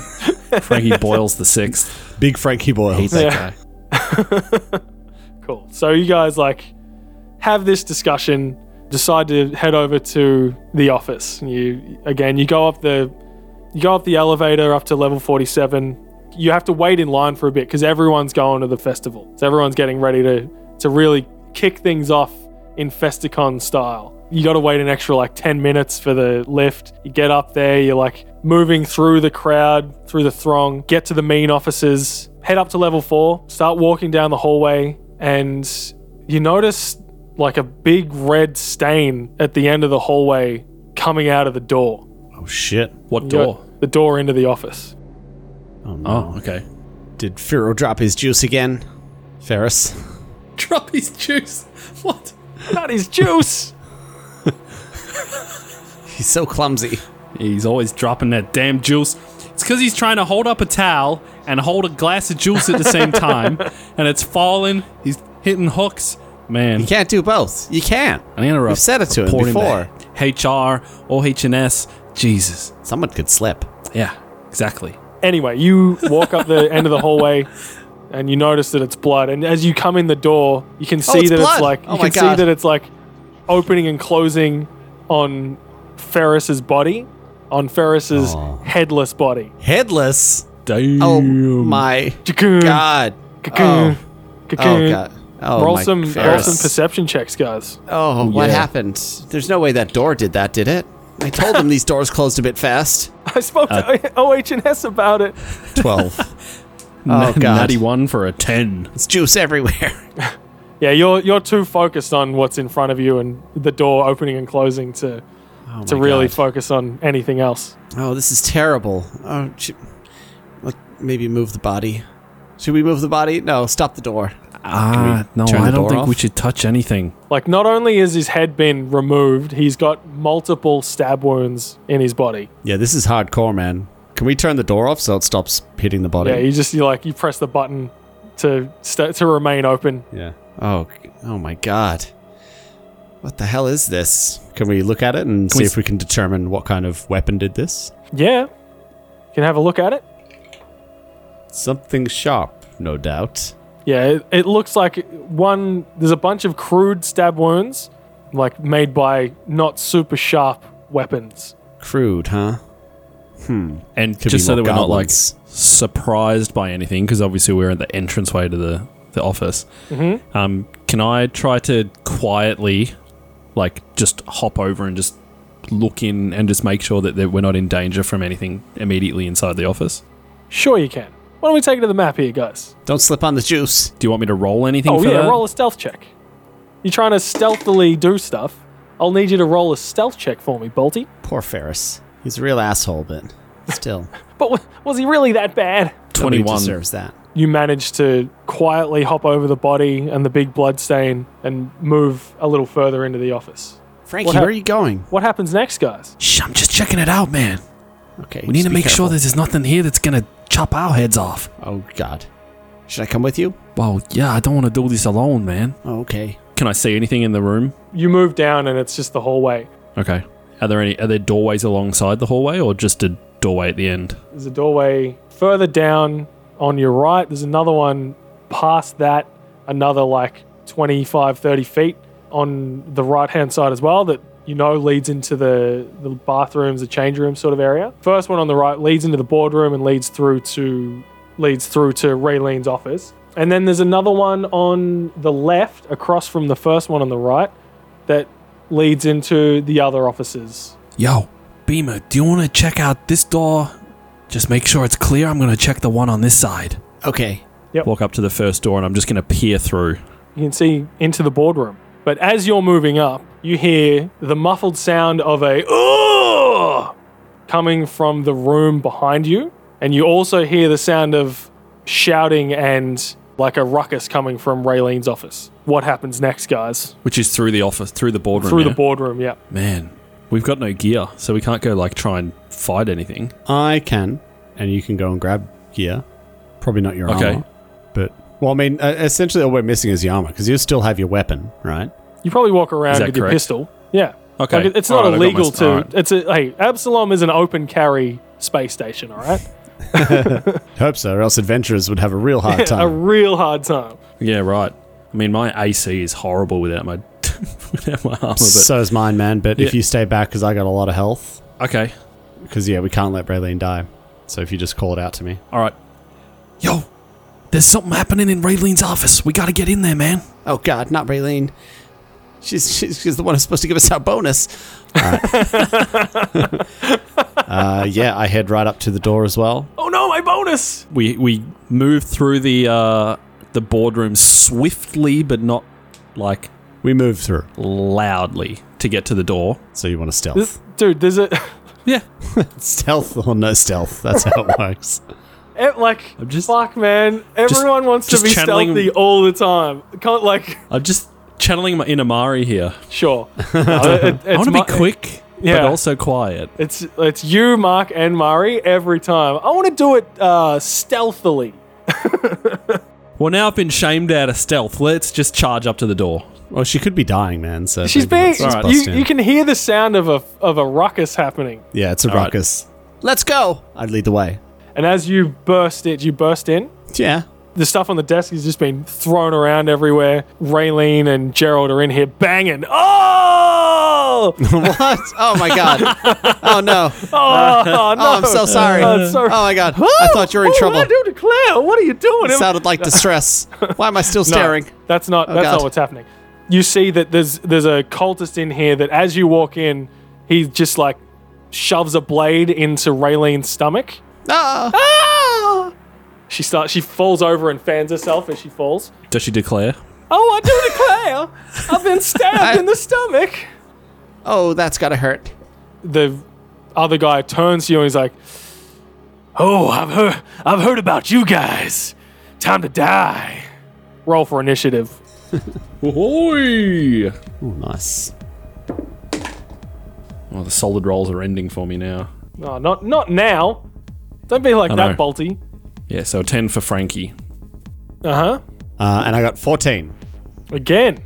Speaker 5: Frankie boils the sixth.
Speaker 6: Big Frankie Boyles.
Speaker 2: that Yeah. Cool. So you guys like have this discussion, decide to head over to the office. You again, you go up the you go up the elevator up to level 47. You have to wait in line for a bit because everyone's going to the festival. So everyone's getting ready to to really kick things off in Festicon style. You got to wait an extra like 10 minutes for the lift. You get up there, you're like moving through the crowd, through the throng, get to the main offices, head up to level four, start walking down the hallway, and you notice like a big red stain at the end of the hallway coming out of the door.
Speaker 6: Oh, shit.
Speaker 5: What door?
Speaker 2: The door into the office.
Speaker 6: Oh, no.
Speaker 5: Oh, okay.
Speaker 4: Did Firo drop his juice again? Ferris?
Speaker 5: Drop his juice. What?
Speaker 2: That is juice.
Speaker 4: He's so clumsy.
Speaker 5: He's always dropping that damn juice. It's because he's trying to hold up a towel and hold a glass of juice at the same time, and it's falling. He's hitting hooks. Man,
Speaker 4: You can't do both. You can't.
Speaker 5: I interrupt.
Speaker 4: We've said it to him
Speaker 5: Report
Speaker 4: before.
Speaker 5: back. HR, OHS, Jesus.
Speaker 4: Someone could slip.
Speaker 5: Yeah, exactly.
Speaker 2: anyway, you walk up the end of the hallway and you notice that it's blood. And as you come in the door, you can see
Speaker 4: it's
Speaker 2: that
Speaker 4: blood!
Speaker 2: it's like you
Speaker 4: Oh my
Speaker 2: can
Speaker 4: God.
Speaker 2: see that it's like opening and closing on Ferris's body, on Ferris's headless body.
Speaker 4: Headless.
Speaker 5: Damn.
Speaker 4: Oh my
Speaker 2: Cocoon,
Speaker 4: god.
Speaker 2: cocoon, cocoon.
Speaker 4: Oh god. Oh
Speaker 2: roll
Speaker 4: my
Speaker 2: some roll
Speaker 4: Ferris.
Speaker 2: some perception checks, guys.
Speaker 4: Oh, what
Speaker 5: yeah.
Speaker 4: happened? There's no way that door did that, did it? I told him these doors closed a bit fast.
Speaker 2: I spoke to OH and S about it.
Speaker 6: 12.
Speaker 4: Oh god.
Speaker 5: 91 for a 10.
Speaker 4: It's juice everywhere.
Speaker 2: Yeah, you're you're too focused on what's in front of you and the door opening and closing to
Speaker 4: Oh,
Speaker 2: to
Speaker 4: my
Speaker 2: really
Speaker 4: God.
Speaker 2: focus on anything else.
Speaker 4: Oh, this is terrible. Oh, sh- let maybe move the body. Should we move the body? No, stop the door.
Speaker 5: Ah, no,
Speaker 4: turn
Speaker 5: I
Speaker 4: the
Speaker 5: don't
Speaker 4: door
Speaker 5: think we
Speaker 4: off?
Speaker 5: should touch anything.
Speaker 2: Like, not only has his head been removed, he's got multiple stab wounds in his body.
Speaker 6: yeah, this is hardcore, man. Can we turn the door off so it stops hitting the body?
Speaker 2: Yeah, you just you like you press the button to st- to remain open.
Speaker 6: yeah.
Speaker 4: Oh, g- oh my god. What the hell is this?
Speaker 6: Can we look at it and see
Speaker 5: we
Speaker 6: if we can determine what kind of weapon did this?
Speaker 2: Yeah, can have a look at it.
Speaker 6: Something sharp, no doubt.
Speaker 2: Yeah, it, it looks like one. There's a bunch of crude stab wounds, like made by not super sharp weapons.
Speaker 3: Crude, huh?
Speaker 5: and
Speaker 3: Could be
Speaker 5: just so
Speaker 3: more
Speaker 5: that we're not like
Speaker 3: goblins.
Speaker 5: surprised by anything, because obviously we're at the entranceway to the the office. Mm-hmm. Um, can I try to quietly, like, just hop over and just look in and just make sure that, that we're not in danger from anything immediately inside the office?
Speaker 2: Sure, you can. Why don't we take it to the map here, guys?
Speaker 3: Don't slip on the juice.
Speaker 5: Do you want me to roll anything?
Speaker 2: Oh
Speaker 5: for
Speaker 2: yeah,
Speaker 5: that?
Speaker 2: roll a stealth check. You're trying to stealthily do stuff. I'll need you to roll a stealth check for me, Bolty.
Speaker 3: Poor Ferris. He's a real asshole, but still,
Speaker 2: But wa- was he really that bad?
Speaker 3: nobody
Speaker 5: 21.
Speaker 3: deserves that.
Speaker 2: You managed to quietly hop over the body and the big blood stain and move a little further into the office.
Speaker 3: Frankie,
Speaker 2: What hap-
Speaker 3: where are you going?
Speaker 2: What happens next, guys?
Speaker 5: Shh, I'm just checking it out, man.
Speaker 3: Okay,
Speaker 5: We need
Speaker 3: just
Speaker 5: to
Speaker 3: be
Speaker 5: make sure
Speaker 3: careful.
Speaker 5: that there's nothing here that's gonna chop our heads off.
Speaker 3: Oh God, should I come with you?
Speaker 5: Well, yeah, I don't want to do this alone, man.
Speaker 3: Oh, okay.
Speaker 5: Can I see anything in the room?
Speaker 2: You move down and it's just the hallway.
Speaker 5: Okay. Are there any? Are there doorways alongside the hallway, or just a doorway at the end?
Speaker 2: There's a doorway further down on your right. There's another one past that, another like 25, 30 feet on the right hand side as well that you know leads into the, the bathrooms, the change room sort of area. First one on the right leads into the boardroom and leads through to leads through to Raylene's office. And then there's another one on the left across from the first one on the right that leads into the other offices.
Speaker 5: Yo, Beamer, do you want to check out this door? Just make sure it's clear. I'm going to check the one on this side.
Speaker 3: Okay.
Speaker 5: Walk up to the first door and I'm just going to peer through.
Speaker 2: You can see into the boardroom. But as you're moving up, you hear the muffled sound of a "Ugh!" coming from the room behind you, and you also hear the sound of shouting and like a ruckus coming from Raylene's office. What happens next, guys?
Speaker 5: Which is through the office, through the boardroom.
Speaker 2: Through
Speaker 5: yeah?
Speaker 2: the boardroom, yeah.
Speaker 5: Man, we've got no gear, so we can't go like try and fight anything.
Speaker 4: I can, and you can go and grab gear. Probably not your
Speaker 5: Okay.
Speaker 4: armor, but well, I mean, uh, essentially all we're missing is the armor because you still have your weapon, right?
Speaker 2: You probably walk around
Speaker 5: that
Speaker 2: with your
Speaker 5: correct?
Speaker 2: pistol. Yeah.
Speaker 5: Okay.
Speaker 2: Like, it- it's
Speaker 5: All
Speaker 2: not
Speaker 5: right, I got my
Speaker 2: illegal
Speaker 5: s-
Speaker 2: to.
Speaker 5: all right.
Speaker 2: It's a hey. Absalom is an open carry space station. All right.
Speaker 4: Hope so, or else adventurers would have a real hard
Speaker 2: a
Speaker 4: time.
Speaker 2: real hard time.
Speaker 5: Yeah, right. I mean, my AC is horrible without my without my armor. But
Speaker 4: so is mine, man. But if
Speaker 5: Yeah.
Speaker 4: you stay back, because I got a lot of health,
Speaker 5: okay,
Speaker 4: because yeah, we can't let Raylene die. So if you just call it out to me,
Speaker 5: all right. Yo, there's something happening in Raylene's office. We got to get in there, man.
Speaker 3: Oh God, not Raylene. She's, she's she's the one who's supposed to give us our bonus.
Speaker 4: uh, yeah, I head right up to the door as well.
Speaker 2: Oh no, my bonus!
Speaker 5: we we move through the uh, the boardroom swiftly, but not like
Speaker 4: We move through.
Speaker 5: loudly to get to the door.
Speaker 4: So you want to stealth?
Speaker 2: This, dude, there's a
Speaker 5: Yeah,
Speaker 4: stealth or no stealth? That's how it works.
Speaker 2: it, like
Speaker 5: I'm just-
Speaker 2: fuck, man. Everyone wants
Speaker 5: just
Speaker 2: to be
Speaker 5: channeling-
Speaker 2: stealthy all the time. Can't like
Speaker 5: I'm just channeling my inner Mari here.
Speaker 2: sure. No, it- it-
Speaker 5: I
Speaker 2: it's
Speaker 5: want to
Speaker 2: Ma-
Speaker 5: be quick,
Speaker 2: Yeah.
Speaker 5: but also quiet.
Speaker 2: It's it's you, Mark, and Murray every time. I want to do it uh, stealthily.
Speaker 5: Well, now I've been shamed out of stealth. Let's just charge up to the door.
Speaker 4: Well, she could be dying, man. So
Speaker 2: She's
Speaker 4: maybe
Speaker 2: being
Speaker 4: let's just bust
Speaker 2: you,
Speaker 4: in.
Speaker 2: you can hear the sound of a of a ruckus happening.
Speaker 4: Yeah, it's a
Speaker 5: right.
Speaker 4: ruckus.
Speaker 3: Let's go.
Speaker 4: I'd lead the way.
Speaker 2: And as you burst it, you burst in.
Speaker 4: Yeah.
Speaker 2: The stuff on the desk has just been thrown around everywhere. Raylene and Gerald are in here banging. Oh!
Speaker 3: What? Oh my God. Oh no. Oh,
Speaker 2: Oh, no.
Speaker 3: I'm so sorry.
Speaker 2: Oh, it's so-
Speaker 3: Oh my God. I thought you were in
Speaker 2: What did
Speaker 3: trouble.
Speaker 2: I do declare. What are you doing?
Speaker 3: It sounded like distress. Why am I still
Speaker 2: No,
Speaker 3: staring? Oh,
Speaker 2: that's not. that's
Speaker 3: God.
Speaker 2: not what's happening. You see that there's there's a cultist in here that as you walk in, he just like shoves a blade into Raylene's stomach.
Speaker 3: Ah.
Speaker 2: She starts. She falls over and fans herself as she falls.
Speaker 5: Does she declare?
Speaker 2: Oh, I do declare! I've been stabbed in the stomach.
Speaker 3: Oh, that's gotta hurt.
Speaker 2: The other guy turns to you and he's like, "Oh, I've heard. I've heard about you guys. Time to die." Roll for initiative.
Speaker 5: Oi!
Speaker 4: Oh, nice.
Speaker 5: Well, Oh, the solid rolls are ending for me now.
Speaker 2: No, not not now. Don't be like
Speaker 5: I
Speaker 2: that,
Speaker 5: know.
Speaker 2: Bolty.
Speaker 5: Yeah, so 10 for Frankie.
Speaker 2: Uh huh.
Speaker 4: Uh, and I got 14.
Speaker 2: Again,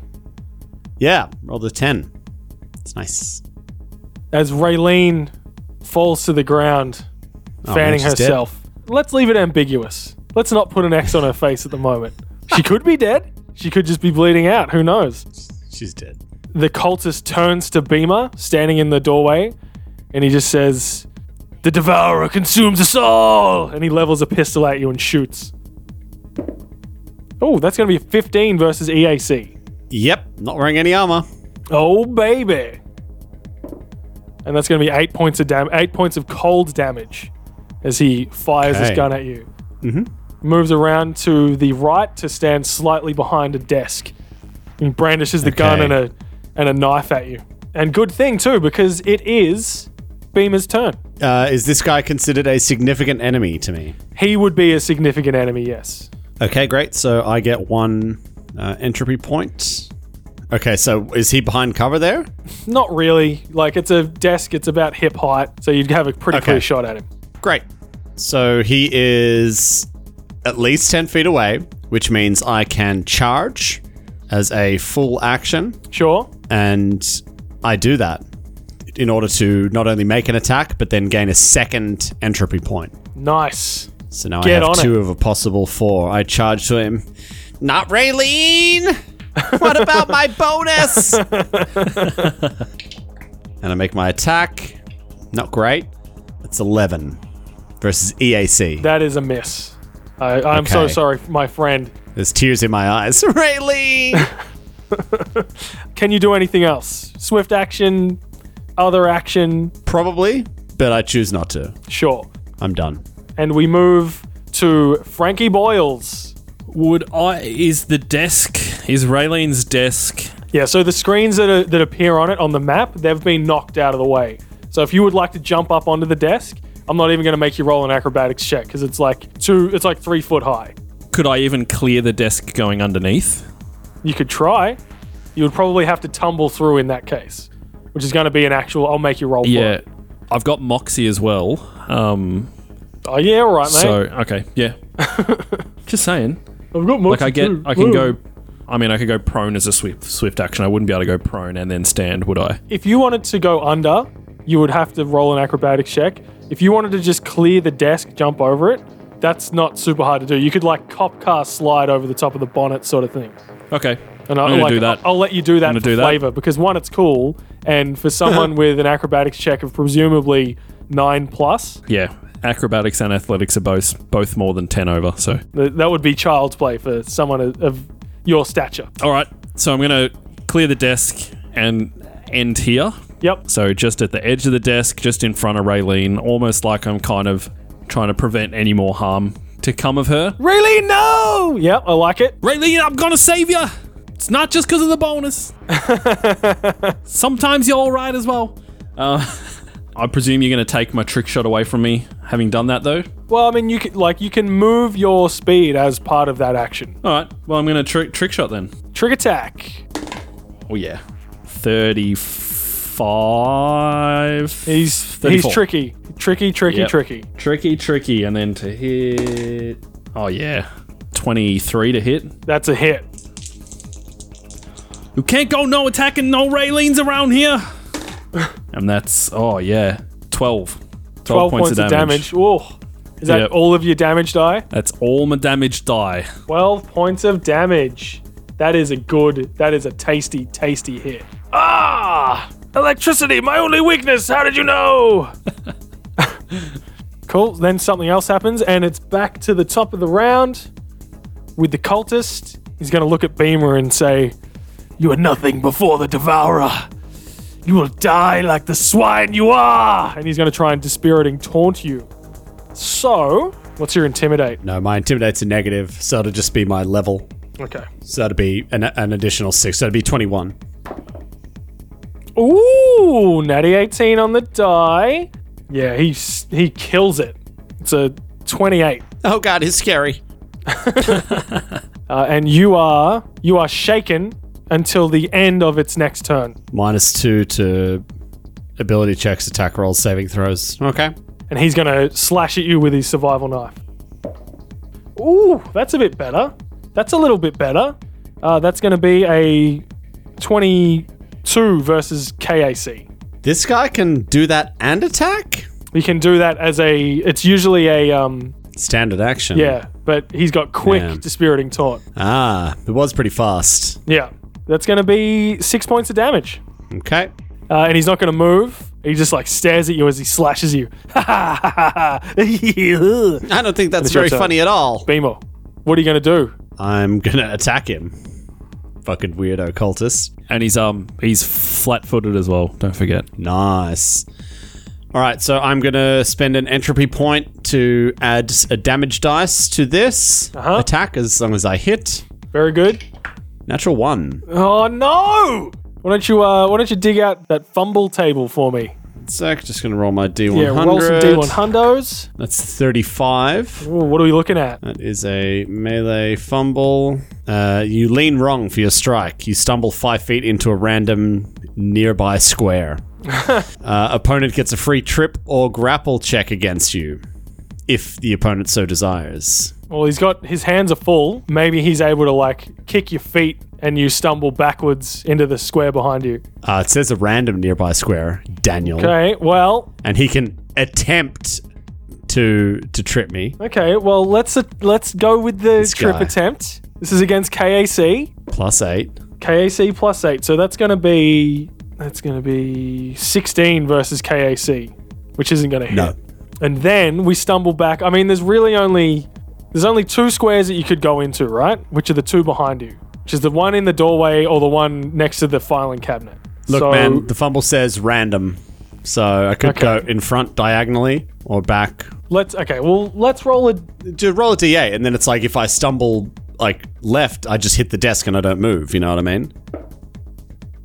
Speaker 4: Yeah, rolled a 10. It's nice.
Speaker 2: as Raylene falls to the ground,
Speaker 4: Oh, man,
Speaker 2: fanning
Speaker 4: she's dead.
Speaker 2: herself. Let's leave it ambiguous. Let's not put an X on her face at the moment. She could be dead. She could just be bleeding out. Who knows?
Speaker 4: She's dead.
Speaker 2: the cultist turns to Beamer, standing in the doorway, and he just says, The Devourer consumes us all! And he levels a pistol at you and shoots. Oh, that's going to be 15 versus E EAC.
Speaker 4: Yep, not wearing any armor.
Speaker 2: Oh, baby. And that's going to be eight points of dam- eight points of cold damage as he fires his
Speaker 4: Okay.
Speaker 2: gun at you. Mm-hmm. Moves around to the right to stand slightly behind a desk and brandishes the gun and a and a knife at you. And good thing too because it is Beamer's turn.
Speaker 4: Uh, is this guy considered a significant enemy to me?
Speaker 2: He would be a significant enemy, yes.
Speaker 4: Okay, great. So I get one uh, entropy point. Okay, so is he behind cover there?
Speaker 2: Not really. Like it's a desk, it's about hip height, so you'd have a pretty clear
Speaker 4: Okay.
Speaker 2: shot at him.
Speaker 4: Great. So he is at least 10 feet away, which means I can charge as a full action.
Speaker 2: Sure.
Speaker 4: And I do that in order to not only make an attack, but then gain a second entropy point.
Speaker 2: Nice.
Speaker 4: So now
Speaker 2: Get
Speaker 4: I
Speaker 2: on
Speaker 4: have
Speaker 2: it.
Speaker 4: two of a possible four. I charge to him. Not Raylene! What about my bonus? and I make my attack. Not great. It's 11 versus E EAC.
Speaker 2: That is a miss. I, I'm so
Speaker 4: Okay.
Speaker 2: sorry, my friend.
Speaker 4: There's tears in my eyes. Rayleigh!
Speaker 2: Can you do anything else? Swift action, other action,
Speaker 4: Probably, but I choose not to.
Speaker 2: sure.
Speaker 4: I'm done.
Speaker 2: And we move to Frankie Boyles.
Speaker 5: Would I? Is the desk? Is Raylene's desk?
Speaker 2: Yeah, so the screens that, are, that appear on it on the map, they've been knocked out of the way. So if you would like to jump up onto the desk, I'm not even going to make you roll an acrobatics check because it's like two, it's like three foot high.
Speaker 5: Could I even clear the desk going underneath?
Speaker 2: You could try. You would probably have to tumble through in that case, which is going to be an actual. I'll make you roll for
Speaker 5: Yeah,
Speaker 2: it.
Speaker 5: I've got Moxie as well. Um,
Speaker 2: Oh yeah, all right, mate.
Speaker 5: so okay, yeah. Just saying.
Speaker 2: I've got
Speaker 5: Like I get, I can go. I mean, I could go prone as a swift swift action. I wouldn't be able to go prone and then stand, would I?
Speaker 2: if you wanted to go under, you would have to roll an acrobatics check. If you wanted to just clear the desk, jump over it, that's not super hard to do. You could like cop car slide over the top of the bonnet sort of thing.
Speaker 5: Okay,
Speaker 2: And
Speaker 5: I'm
Speaker 2: I'll,
Speaker 5: gonna
Speaker 2: like,
Speaker 5: do that.
Speaker 2: I'll let you do that
Speaker 5: gonna
Speaker 2: for
Speaker 5: do that.
Speaker 2: flavor because one, it's cool, and for someone with an acrobatics check of presumably nine plus,
Speaker 5: yeah, acrobatics and athletics are both both more than ten over. So
Speaker 2: th- that would be child's play for someone of, of your stature.
Speaker 5: all right, so I'm gonna clear the desk and end here.
Speaker 2: Yep.
Speaker 5: So just at the edge of the desk, just in front of Raylene, almost like I'm kind of trying to prevent any more harm to come of her.
Speaker 2: Really? No. Oh, Yep. I like it.
Speaker 5: Raylene, I'm gonna save you. It's not just because of the bonus. Sometimes you're all right as well. Uh, I presume you're gonna take my trick shot away from me. Having done that though,
Speaker 2: Well, I mean, you can like you can move your speed as part of that action.
Speaker 5: all right. Well, I'm gonna trick trick shot then.
Speaker 2: Trick attack.
Speaker 5: Oh yeah, thirty-five.
Speaker 2: He's
Speaker 5: 34.
Speaker 2: he's tricky, tricky, tricky,
Speaker 5: Yep.
Speaker 2: tricky.
Speaker 5: tricky, tricky, and then to hit. Oh yeah, twenty-three to hit.
Speaker 2: That's a hit.
Speaker 5: You can't go no attacking no Raylene's around here. and that's oh yeah, twelve.
Speaker 2: Twelve
Speaker 5: Twelve,
Speaker 2: points, of damage. Ooh. Is that
Speaker 5: Yep.
Speaker 2: all of your damage die?
Speaker 5: That's all my damage die.
Speaker 2: Twelve points of damage. That is a good. That is a tasty, tasty hit. Ah! Electricity, my only weakness. How did you know? cool. Then something else happens, and it's back to the top of the round with the cultist. He's going to look at Beamer and say, "You are nothing before the Devourer. You will die like the swine you are." And he's going to try and dispiriting taunt you. So, what's your intimidate?
Speaker 4: No, my intimidate's a negative, so it'll just be my level.
Speaker 2: Okay.
Speaker 4: So that'd be an, an additional six. So it'd be 21.
Speaker 2: Ooh, natty 18 on the die. Yeah, he s- he kills it. It's a 28.
Speaker 4: Oh, God, he's scary.
Speaker 2: Uh, and you are you are shaken until the end of its next turn.
Speaker 4: Minus two to ability checks, attack rolls, saving throws. Okay.
Speaker 2: And he's going to slash at you with his survival knife. Ooh, that's a bit better. That's a little bit better. Uh, that's going to be a 22 versus KAC.
Speaker 4: This guy can do that and attack?
Speaker 2: We can do that as a it's usually a um
Speaker 4: Standard action.
Speaker 2: yeah, but he's got quick
Speaker 4: Yeah.
Speaker 2: dispiriting taunt.
Speaker 4: Ah, it was pretty fast.
Speaker 2: Yeah. That's going to be six points of damage.
Speaker 4: Okay.
Speaker 2: Uh, and he's not going to move. He just like stares at you as he slashes you. Beemo,
Speaker 3: I don't think that's
Speaker 2: Let me
Speaker 3: very
Speaker 2: try to-
Speaker 3: funny at all.
Speaker 2: what are you going to do?
Speaker 4: I'm gonna attack him. Fucking weirdo cultist.
Speaker 5: And he's um he's flat footed as well. Don't forget.
Speaker 4: Nice. All right, so I'm gonna spend an entropy point to add a damage dice to this
Speaker 2: Uh-huh.
Speaker 4: attack as long as I hit.
Speaker 2: Very good.
Speaker 4: Natural one.
Speaker 2: Oh no! Why don't you uh, why don't you dig out that fumble table for me?
Speaker 4: So just gonna roll my D100.
Speaker 2: Yeah, roll some D1 hundos.
Speaker 4: That's 35.
Speaker 2: Ooh, what are we looking at?
Speaker 4: That is a melee fumble. Uh, you lean wrong for your strike. You stumble five feet into a random nearby square. uh, opponent gets a free trip or grapple check against you, if the opponent so desires.
Speaker 2: Well, he's got his hands are full. Maybe he's able to like kick your feet and you stumble backwards into the square behind you.
Speaker 4: Uh, it says a random nearby square, Daniel,
Speaker 2: Okay, well,
Speaker 4: and he can attempt to to trip me.
Speaker 2: okay, well let's uh, let's go with the trip
Speaker 4: guy.
Speaker 2: attempt. This is against KAC.
Speaker 4: Plus eight.
Speaker 2: KAC plus eight. So that's going to be that's going to be sixteen versus KAC, which isn't going to hit.
Speaker 4: No.
Speaker 2: And then we stumble back. I mean, there's really only there's only two squares that you could go into, right? Which are the two behind you, which is the one in the doorway or the one next to the filing cabinet.
Speaker 4: Look,
Speaker 2: So-
Speaker 4: man, the fumble says random, so I could
Speaker 2: Oh. Okay.
Speaker 4: go in front diagonally or back.
Speaker 2: Let's okay. Well, let's roll a
Speaker 4: Just roll a d8, and then it's like if I stumble like left, I just hit the desk and I don't move. You know what I mean?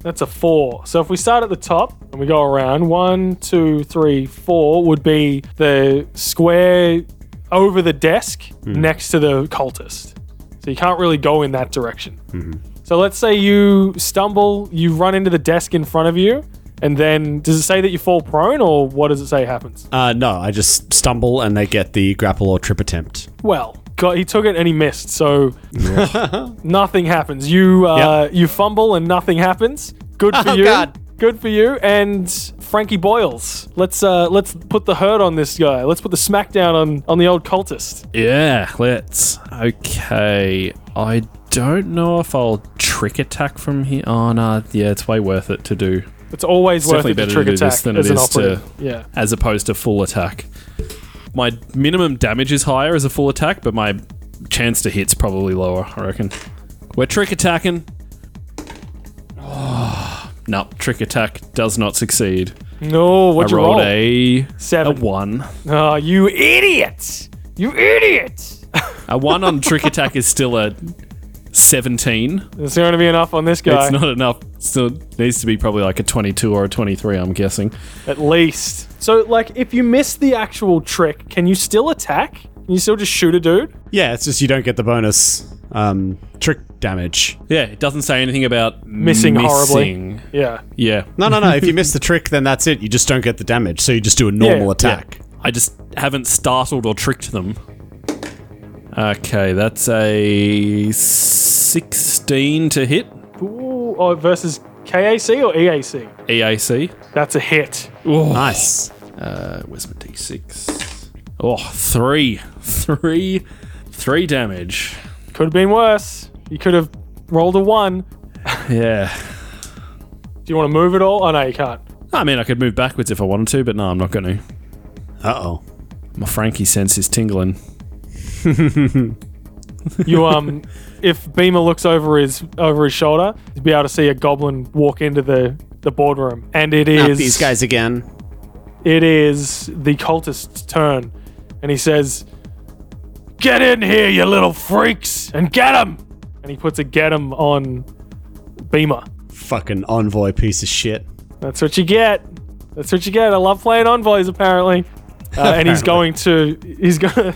Speaker 2: That's a four. So if we start at the top and we go around, one, two, three, four would be the square over the desk next to the cultist. So you can't really go in that direction. So let's say you stumble, you run into the desk in front of you, and then does it say that you fall prone or what does it say happens?
Speaker 4: Uh, no, I just stumble and they get the grapple or trip attempt.
Speaker 2: Well, God, he took it and he missed, so nothing happens. You uh, you fumble and nothing happens. Good for
Speaker 3: Oh,
Speaker 2: you.
Speaker 3: God.
Speaker 2: Good for you. And Frankie Boyles, let's uh, let's put the hurt on this guy. Let's put the smackdown on on the old cultist.
Speaker 5: Yeah, let's. Okay, I don't know if I'll trick attack from here. Oh no, yeah, it's way worth it to do
Speaker 2: It's always worth
Speaker 5: definitely
Speaker 2: it to
Speaker 5: better
Speaker 2: trick
Speaker 5: to do
Speaker 2: attack
Speaker 5: this than it
Speaker 2: as an
Speaker 5: is to-
Speaker 2: operative. yeah.
Speaker 5: as opposed to full attack. My minimum damage is higher as a full attack, but my chance to hit's probably lower. I reckon. We're trick attacking. Oh, no, trick attack does not succeed.
Speaker 2: No,
Speaker 5: I
Speaker 2: what'd you
Speaker 5: rolled
Speaker 2: roll?
Speaker 5: a a
Speaker 2: Seven.
Speaker 5: one.
Speaker 2: Oh, you idiot! You idiot!
Speaker 5: A one on trick attack is still a seventeen.
Speaker 2: It's going to be enough on this guy.
Speaker 5: It's not enough. Still needs to be probably like a 22 or a 23, I'm guessing.
Speaker 2: At least. So, like, if you miss the actual trick, can you still attack? Can you still just shoot a dude?
Speaker 4: Yeah, it's just you don't get the bonus um, trick damage.
Speaker 5: Yeah, it doesn't say anything about
Speaker 2: Missing horribly.
Speaker 5: missing.
Speaker 2: Yeah.
Speaker 5: Yeah.
Speaker 4: No, no, no. if you miss the trick, then that's it. You just don't get the damage, so you just do a normal
Speaker 2: Yeah,
Speaker 4: attack.
Speaker 5: I just haven't startled or tricked them. Okay, that's a 16 to hit
Speaker 2: Ooh, oh, versus KAC or EAC?
Speaker 5: E EAC.
Speaker 2: That's a hit.
Speaker 4: Nice.
Speaker 5: Uh, where's my d6? Oh, three. Three. Three damage.
Speaker 2: Could have been worse. You could have rolled a one. Do
Speaker 5: Yeah.
Speaker 2: you want to move at all? Oh, no, you can't.
Speaker 5: I mean, I could move backwards if I wanted to, but no, I'm not going to.
Speaker 4: Uh oh.
Speaker 5: My Frankie sense is tingling.
Speaker 2: You, um, if Beamer looks over his over his shoulder, he'd be able to see a goblin walk into the the boardroom, and it is
Speaker 3: Not these guys again.
Speaker 2: it is the cultist's turn, and he says, "Get in here, you little freaks, and get 'em!" And he puts a "get 'em" on Beamer.
Speaker 4: Fucking envoy piece of shit.
Speaker 2: That's what you get. That's what you get. I love playing envoys apparently. Uh, and he's going to he's gonna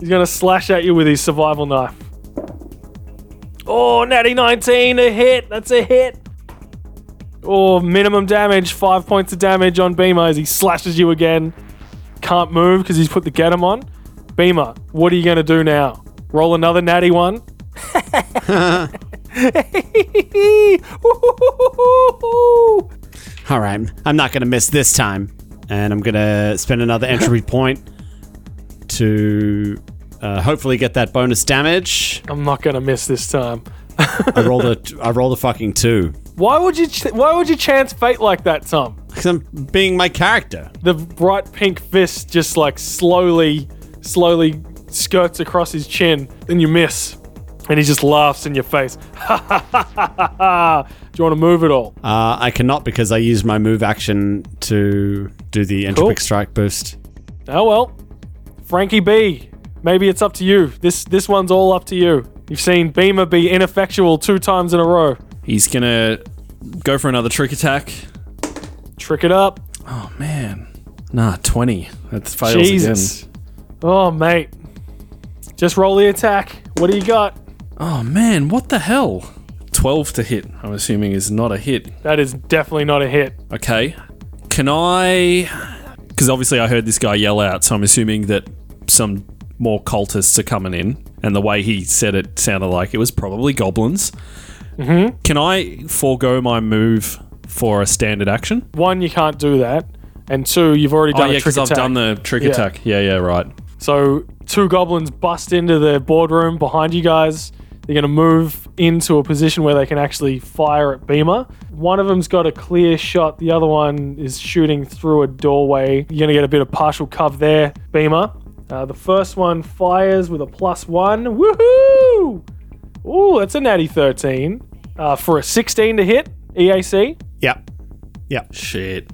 Speaker 2: he's gonna slash at you with his survival knife. Oh, natty nineteen, a hit. That's a hit. Oh, minimum damage, five points of damage on Beamer as he slashes you again. Can't move because he's put the get him on. Beamer, what are you gonna do now? Roll another natty one.
Speaker 4: All right, I'm not going to miss this time. And I'm going to spend another entropy point to uh, hopefully get that bonus damage.
Speaker 2: I'm not gonna miss this time.
Speaker 4: I rolled a I rolled a fucking two
Speaker 2: Why would you? Ch- why would you chance fate like that, Tom?
Speaker 4: because I'm being my character.
Speaker 2: The bright pink fist just like slowly, slowly skirts across his chin, and you miss, and he just laughs in your face. Ha ha ha ha ha! ha. Do you want to move at all?
Speaker 4: Uh, I cannot because I used my move action to do the entropic
Speaker 2: Cool.
Speaker 4: strike boost.
Speaker 2: Oh well, Frankie B. Maybe it's up to you. This this one's all up to you. You've seen Beamer be ineffectual two times in a row.
Speaker 5: He's gonna go for another trick attack.
Speaker 2: Trick it up,
Speaker 5: Oh man, nah, twenty. That fails
Speaker 2: Jesus. Oh mate, just roll the attack. What do you got?
Speaker 5: again. Oh man, what the hell? Twelve to hit. I'm assuming is not a hit.
Speaker 2: That is definitely not a hit.
Speaker 5: Okay. Can I? Because obviously I heard this guy yell out, so I'm assuming that some more cultists are coming in, and the way he said it sounded like it was probably goblins. Mm-hmm. Can I forego my move for a standard action?
Speaker 2: One, you can't do that, and two, you've already
Speaker 5: Oh
Speaker 2: done
Speaker 5: yeah,
Speaker 2: a trick
Speaker 5: because I've
Speaker 2: attack.
Speaker 5: done the trick
Speaker 2: Yeah.
Speaker 5: attack. Yeah, yeah, right.
Speaker 2: so two goblins bust into the boardroom behind you guys. They're going to move into a position where they can actually fire at Beamer. One of them's got a clear shot. The other one is shooting through a doorway. You're going to get a bit of partial cover there, Beamer. Uh, the first one fires with a plus one. Woohoo! Ooh, that's a natty 13 uh, for a 16 to hit E EAC.
Speaker 4: Yep.
Speaker 5: Shit.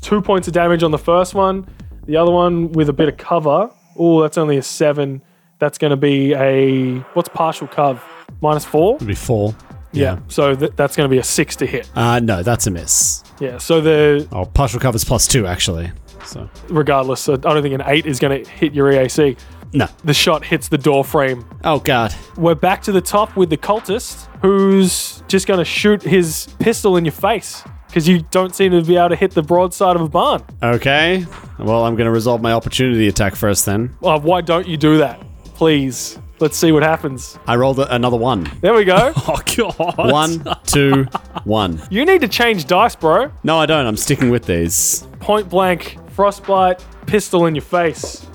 Speaker 2: two points of damage on the first one. The other one with a bit of cover. Oh, that's only a seven. That's going to be a what's partial cover? Minus four.
Speaker 4: It'll be four.
Speaker 2: Yeah. So th- that's going to be a six to hit.
Speaker 4: Uh, no, that's a miss.
Speaker 2: Yeah. So the
Speaker 4: Oh, partial covers plus two actually. So
Speaker 2: regardless, I don't think an eight is going to hit your EAC.
Speaker 4: no.
Speaker 2: The shot hits the door frame.
Speaker 4: Oh god.
Speaker 2: We're back to the top with the cultist, who's just going to shoot his pistol in your face because you don't seem to be able to hit the broadside of a barn.
Speaker 4: Okay. Well, I'm going to resolve my opportunity attack first then.
Speaker 2: Uh, why don't you do that? Please. Let's see what happens.
Speaker 4: I rolled a- another one.
Speaker 2: There we go.
Speaker 5: Oh god.
Speaker 4: One, two, one.
Speaker 2: You need to change dice, bro.
Speaker 4: No, I don't. I'm sticking with these.
Speaker 2: Point blank, frostbite, pistol in your face.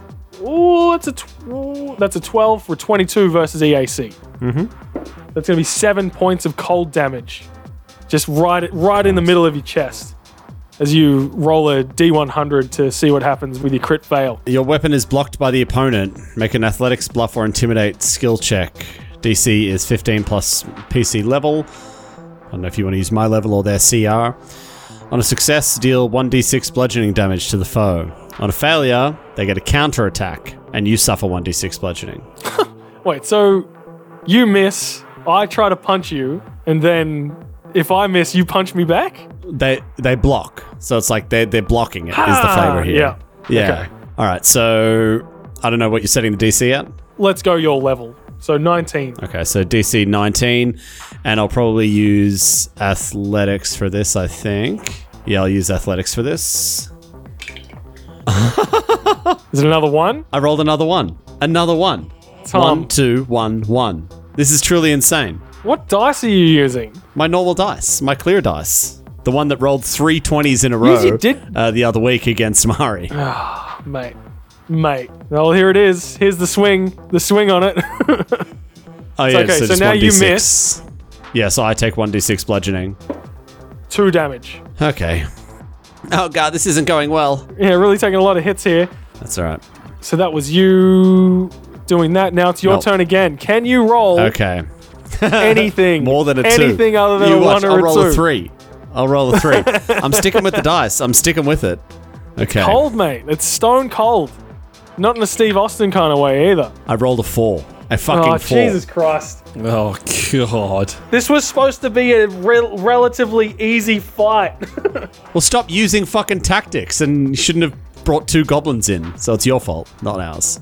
Speaker 2: Ooh, that's a tw- that's a 12 for 22 versus EAC. Mm-hmm. That's gonna be seven points of cold damage, just right right in the middle of your chest, as you roll a D100 to see what happens with your crit fail.
Speaker 4: Your weapon is blocked by the opponent. Make an athletics, bluff, or intimidate skill check. DC is 15 plus PC level. I don't know if you want to use my level or their CR. On a success, deal 1d6 bludgeoning damage to the foe. On a failure, they get a counter attack, and you suffer 1d6 bludgeoning.
Speaker 2: Wait, so you miss, I try to punch you, and then if I miss, you punch me back?
Speaker 4: They they block, so it's like they they're blocking it. Is the
Speaker 2: Ah,
Speaker 4: flavor here?
Speaker 2: yeah.
Speaker 4: Yeah.
Speaker 2: Okay.
Speaker 4: All right. So I don't know what you're setting the DC at.
Speaker 2: Let's go your level. So 19.
Speaker 4: Okay, so DC 19, and I'll probably use athletics for this, I think. Yeah, I'll use athletics for this.
Speaker 2: Is it another one?
Speaker 4: I rolled another one. Another one.
Speaker 2: Tom.
Speaker 4: One, two, one, one. This is truly insane.
Speaker 2: What dice are you using?
Speaker 4: My normal dice, my clear dice. The one that rolled three 20s in a row
Speaker 2: you did-
Speaker 4: uh, the other week against Mari.
Speaker 2: Mate. Mate. Well, here it is. Here's the swing. The swing on it.
Speaker 4: oh, yeah,
Speaker 2: okay, so
Speaker 4: just
Speaker 2: now you
Speaker 4: 1d6.
Speaker 2: miss.
Speaker 4: Yeah, so I take 1d6 bludgeoning.
Speaker 2: Two damage.
Speaker 4: Okay. Oh, God, this isn't going well.
Speaker 2: Yeah, really taking a lot of hits here.
Speaker 4: That's all right.
Speaker 2: So that was you doing that. Now it's your
Speaker 4: Nope.
Speaker 2: turn again. Can you roll
Speaker 4: Okay.
Speaker 2: anything?
Speaker 4: More than a two.
Speaker 2: anything other than
Speaker 4: you
Speaker 2: a
Speaker 4: watch,
Speaker 2: one or
Speaker 4: I'll
Speaker 2: a
Speaker 4: roll
Speaker 2: two?
Speaker 4: a three. I'll roll a three. I'm sticking with the dice. I'm sticking with it. Okay.
Speaker 2: Cold, mate. It's stone cold. Not in a Steve Austin kind of way either.
Speaker 4: I rolled a four. A fucking
Speaker 2: Oh,
Speaker 4: four.
Speaker 2: Jesus Christ.
Speaker 5: Oh god.
Speaker 2: This was supposed to be a rel- relatively easy fight.
Speaker 4: Well, stop using fucking tactics, and you shouldn't have brought two goblins in. So it's your fault, not ours.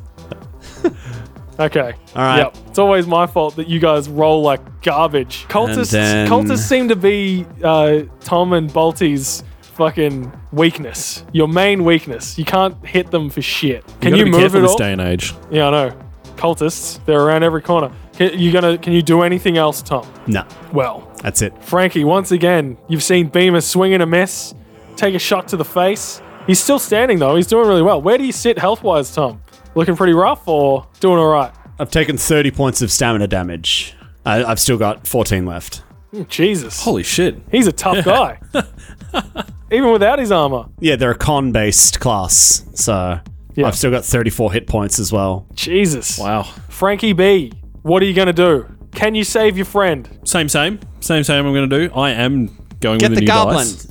Speaker 2: Okay. All
Speaker 4: right.
Speaker 2: It's always my fault that you guys roll like garbage. Cultists,
Speaker 4: then-
Speaker 2: cultists seem to be uh, Tom and Balti's fucking weakness. Your main weakness. You can't hit them for shit. Can you,
Speaker 5: gotta be
Speaker 2: move
Speaker 5: careful
Speaker 2: at
Speaker 5: this
Speaker 2: all?
Speaker 5: day and age.
Speaker 2: Yeah, I know. Cultists. They're around every corner. Can you gonna? Can you do anything else, Tom?
Speaker 4: No,
Speaker 2: Well,
Speaker 4: that's it.
Speaker 2: Frankie. Once again, you've seen Beamer swing and a miss, take a shot to the face. He's still standing though. He's doing really well. Where do you sit health wise, Tom? Looking pretty rough or doing all right?
Speaker 4: I've taken 30 points of stamina damage. I, I've still got 14 left.
Speaker 2: Mm, Jesus.
Speaker 5: Holy shit.
Speaker 2: He's a tough guy. Even without his armor.
Speaker 4: Yeah, they're a con based class, so
Speaker 2: Yeah.
Speaker 4: I've still got 34 hit points as well.
Speaker 2: Jesus.
Speaker 5: Wow.
Speaker 2: Frankie B, what are you going to do? Can you save your friend?
Speaker 5: Same, same. Same, same I'm going to do. I am going
Speaker 3: Get
Speaker 5: with
Speaker 3: the
Speaker 5: new
Speaker 3: goblin.
Speaker 5: dice.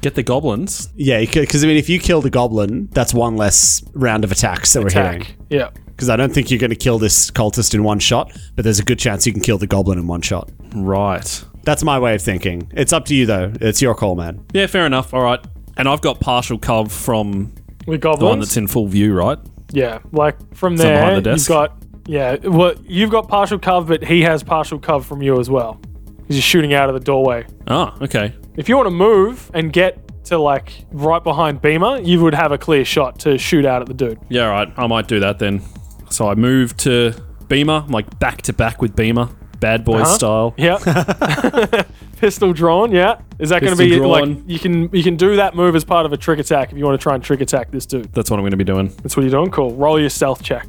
Speaker 5: Get the goblins.
Speaker 4: Yeah, because I mean, if you kill the goblin, that's one less round of attacks that we're hitting.
Speaker 2: Tack. Yeah.
Speaker 4: Because I don't think you're going to kill this cultist in one shot, but there's a good chance you can kill the goblin in one shot.
Speaker 5: Right.
Speaker 4: That's my way of thinking. It's up to you, though. It's your call, man.
Speaker 5: Yeah, fair enough. All right. And I've got partial cover from
Speaker 2: With
Speaker 5: the one
Speaker 2: goblins.
Speaker 5: that's in full view, right?
Speaker 2: yeah. Like from
Speaker 5: one
Speaker 2: there,
Speaker 5: behind the
Speaker 2: you've
Speaker 5: desk.
Speaker 2: got yeah. Well, you've got partial cover, but he has partial cover from you as well. He's just shooting out of the doorway.
Speaker 5: Ah, okay.
Speaker 2: If you want to move and get to like right behind Beamer, you would have a clear shot to shoot out at the dude.
Speaker 5: Yeah, all right. I might do that then. So I move to Beamer, I'm like back to back with Beamer, bad
Speaker 2: Uh-huh.
Speaker 5: boy style.
Speaker 2: Yeah. Pistol drawn, yeah. Is that going to
Speaker 5: Pistol
Speaker 2: be like
Speaker 5: drawn.
Speaker 2: you can you can do that move as part of a trick attack if you want to try and trick attack this dude.
Speaker 5: That's what I'm going to be doing.
Speaker 2: That's what you're doing. Cool. Roll your stealth check.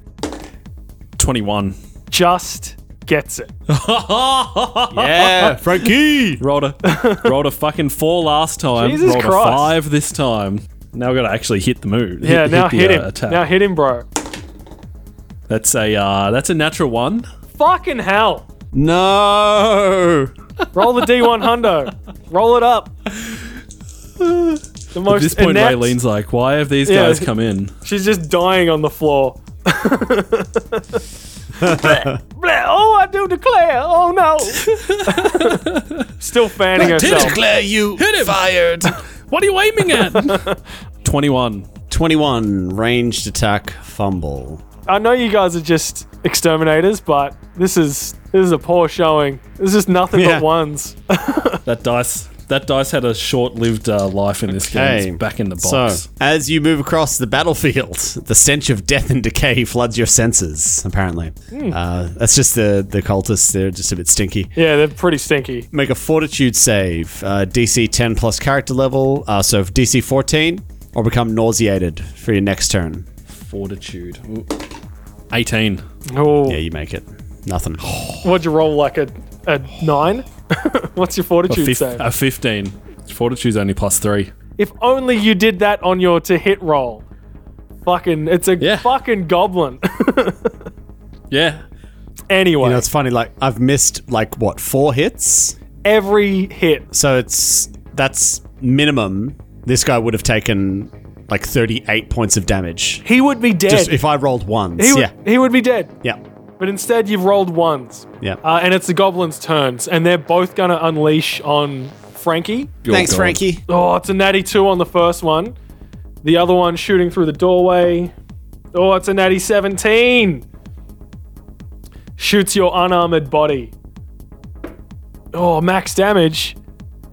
Speaker 5: 21.
Speaker 2: Just gets it.
Speaker 4: Yeah, Frankie!
Speaker 5: Rolled a rolled a fucking four last time.
Speaker 2: Jesus
Speaker 5: rolled
Speaker 2: Christ.
Speaker 5: a five this time. Now I've got to actually hit the move.
Speaker 2: Yeah, now
Speaker 5: the,
Speaker 2: hit
Speaker 5: uh,
Speaker 2: him.
Speaker 5: attack.
Speaker 2: Now hit him, bro.
Speaker 5: that's a uh, that's a natural one.
Speaker 2: Fucking hell.
Speaker 4: No!
Speaker 2: Roll the D1 hundo. Roll it up. The most
Speaker 5: At this point,
Speaker 2: inept-
Speaker 5: Raylene's like, "Why have these
Speaker 2: Yeah.
Speaker 5: guys come in?"
Speaker 2: She's just dying on the floor. Bleh. Bleh. Oh, I do declare. Oh, no. Still fanning herself.
Speaker 3: Declare you
Speaker 5: him.
Speaker 3: fired.
Speaker 5: What are you aiming at? Twenty-one.
Speaker 4: 21, ranged attack, fumble.
Speaker 2: I know you guys are just exterminators, but this is this is a poor showing. This is nothing
Speaker 4: Yeah.
Speaker 2: but ones.
Speaker 5: That dice. That dice had a short-lived uh, life in this
Speaker 4: Okay.
Speaker 5: game. It's back in the
Speaker 4: So,
Speaker 5: box.
Speaker 4: as you move across the battlefield, the stench of death and decay floods your senses, apparently.
Speaker 5: Hmm.
Speaker 4: Uh, that's just the, the cultists, they're just a bit stinky.
Speaker 2: Yeah, they're pretty stinky.
Speaker 4: Make a fortitude save, uh, DC 10 plus character level, uh, so if DC 14, or become nauseated for your next turn.
Speaker 5: Fortitude. Ooh. Eighteen.
Speaker 2: Oh,
Speaker 4: Yeah, you make it. Nothing.
Speaker 2: what'd you roll like a a nine? What's your fortitude
Speaker 5: Fif-
Speaker 2: save?
Speaker 5: uh, Fifteen. Fortitude's only plus three.
Speaker 2: if only you did that on your to hit roll. Fucking, it's a
Speaker 5: Yeah.
Speaker 2: fucking goblin.
Speaker 5: Yeah.
Speaker 2: anyway,
Speaker 4: You know, it's funny, like, I've missed, like, what, four hits?
Speaker 2: every hit.
Speaker 4: So it's that's minimum. This guy would have taken like 38 points of damage.
Speaker 2: He would be dead.
Speaker 4: Just if I rolled ones.
Speaker 2: he, would,
Speaker 4: yeah.
Speaker 2: he would be dead.
Speaker 4: Yeah.
Speaker 2: But instead, you've rolled ones.
Speaker 4: Yeah.
Speaker 2: Uh, and it's the goblins' turns, and they're both going to unleash on Frankie.
Speaker 5: Your
Speaker 3: Thanks,
Speaker 5: God.
Speaker 3: Frankie.
Speaker 2: Oh, it's a natty two on the first one. The other one shooting through the doorway. Oh, it's a natty 17. Shoots your unarmored body. Oh, max damage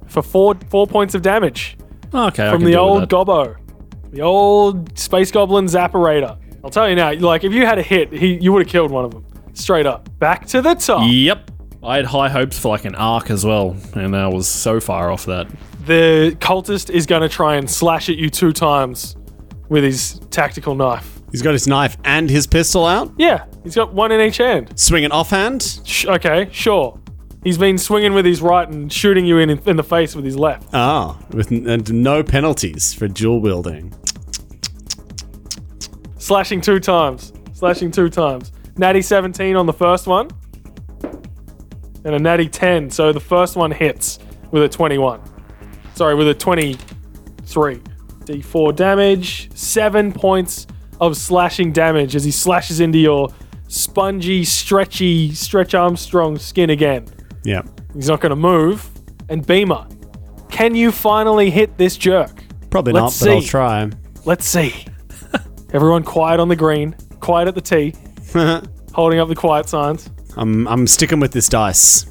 Speaker 2: for four four points of damage
Speaker 5: Okay.
Speaker 2: from the old gobbo. The old space goblin zapperator. I'll tell you now, like if you had a hit, he you would have killed one of them. Straight up. Back to the top.
Speaker 5: Yep. I had high hopes for like an arc as well, and I was so far off that.
Speaker 2: The cultist is gonna try and slash at you two times with his tactical knife.
Speaker 4: He's got his knife and his pistol out.
Speaker 2: Yeah, he's got one in each hand.
Speaker 4: Swing an offhand.
Speaker 2: Sh- okay, sure. He's been swinging with his right and shooting you in in the face with his left.
Speaker 4: Ah, with n- and no penalties for dual wielding.
Speaker 2: Slashing two times. Slashing two times. Natty 17 on the first one. And a natty 10. So the first one hits with a 21. Sorry, with a 23. D4 damage. Seven points of slashing damage as he slashes into your spongy, stretchy, stretch Armstrong skin again.
Speaker 4: Yeah.
Speaker 2: He's not going to move. And Beamer, can you finally hit this jerk?
Speaker 4: Probably
Speaker 2: Let's
Speaker 4: not, but I'll
Speaker 2: see.
Speaker 4: try.
Speaker 2: Let's see. Everyone quiet on the green, quiet at the tee, holding up the quiet signs.
Speaker 4: I'm I'm sticking with this dice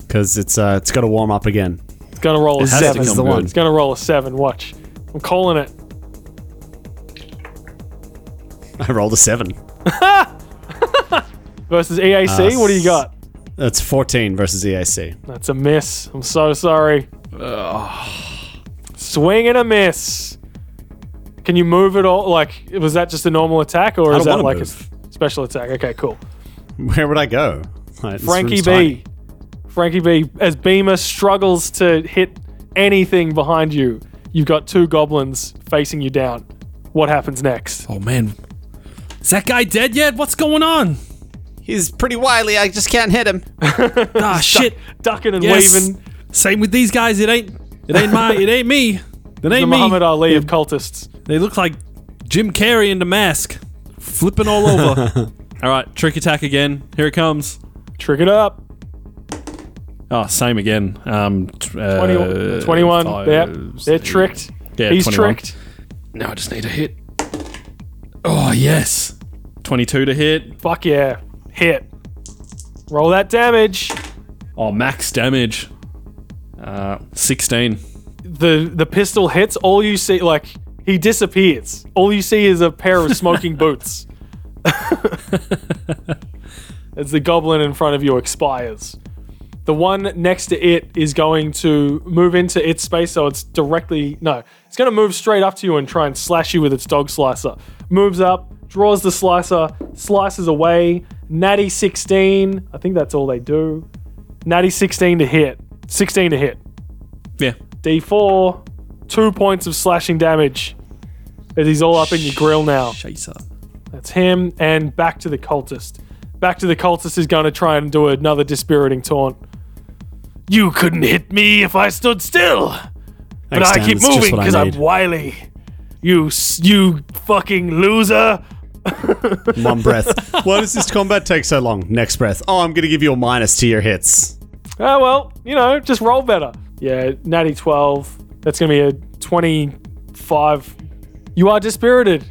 Speaker 4: because it's uh it's got to warm up again.
Speaker 2: It's going to roll a
Speaker 5: has to
Speaker 2: seven.
Speaker 5: come good.
Speaker 2: It's going to roll a seven. Watch. I'm calling it.
Speaker 4: I rolled a seven.
Speaker 2: Versus EAC,
Speaker 4: Uh,
Speaker 2: what do you got?
Speaker 4: That's 14 versus E EAC.
Speaker 2: That's a miss. I'm so sorry. Swing and a miss. Can you move it all? Like, was that just a normal attack or
Speaker 4: I
Speaker 2: is
Speaker 4: don't wanna
Speaker 2: that like
Speaker 4: move.
Speaker 2: a s- special attack? Okay, cool.
Speaker 4: Where would I go? Like, this
Speaker 2: Frankie
Speaker 4: room's
Speaker 2: B.
Speaker 4: tiny.
Speaker 2: Frankie B. As Beamer struggles to hit anything behind you, you've got two goblins facing you down. What happens next?
Speaker 5: Oh man, is that guy dead yet? What's going on?
Speaker 3: He's pretty wily. I just can't hit him.
Speaker 5: Ah shit!
Speaker 2: Ducking and
Speaker 5: Yes.
Speaker 2: weaving,
Speaker 5: Same with these guys. It ain't. It ain't my. It ain't me. It
Speaker 2: the
Speaker 5: ain't me.
Speaker 2: Muhammad Ali of cultists.
Speaker 5: They look like Jim Carrey in the mask, flipping all over. all right, trick attack again. Here it comes.
Speaker 2: Trick it up.
Speaker 5: Oh, same again. Um, t- uh,
Speaker 2: 20, 21.
Speaker 5: five,
Speaker 2: They're, they're
Speaker 5: six.
Speaker 2: tricked.
Speaker 5: Yeah,
Speaker 2: He's
Speaker 5: 21.
Speaker 2: tricked.
Speaker 5: Now I just need a hit. Oh yes, twenty-two to hit.
Speaker 2: Fuck yeah. Hit. Roll that damage.
Speaker 5: Oh, max damage. Uh, sixteen.
Speaker 2: The the pistol hits. All you see, like, he disappears. All you see is a pair of smoking boots. As the goblin in front of you expires. The one next to it is going to move into its space, so it's directly. No, it's going to move straight up to you and try and slash you with its dog slicer. Moves up, draws the slicer, slices away. Natty 16. I think that's all they do. Natty 16 to hit. 16 to hit.
Speaker 5: Yeah.
Speaker 2: D4, two points of slashing damage. As he's all up in your grill now.
Speaker 5: Chaser.
Speaker 2: That's him. And back to the cultist. Back to the cultist is going to try and do another dispiriting taunt. You couldn't hit me if I stood still, but
Speaker 4: Thanks,
Speaker 2: I
Speaker 4: Dan,
Speaker 2: keep
Speaker 4: that's just
Speaker 2: moving
Speaker 4: what I
Speaker 2: because I'm
Speaker 4: need.
Speaker 2: wily. You, s- you fucking loser.
Speaker 4: One breath. Why does this combat take so long? Next breath. Oh, I'm going to give you a minus to your hits.
Speaker 2: Oh well, you know, just roll better. Yeah, natty twelve. That's gonna be a twenty-five. You are dispirited.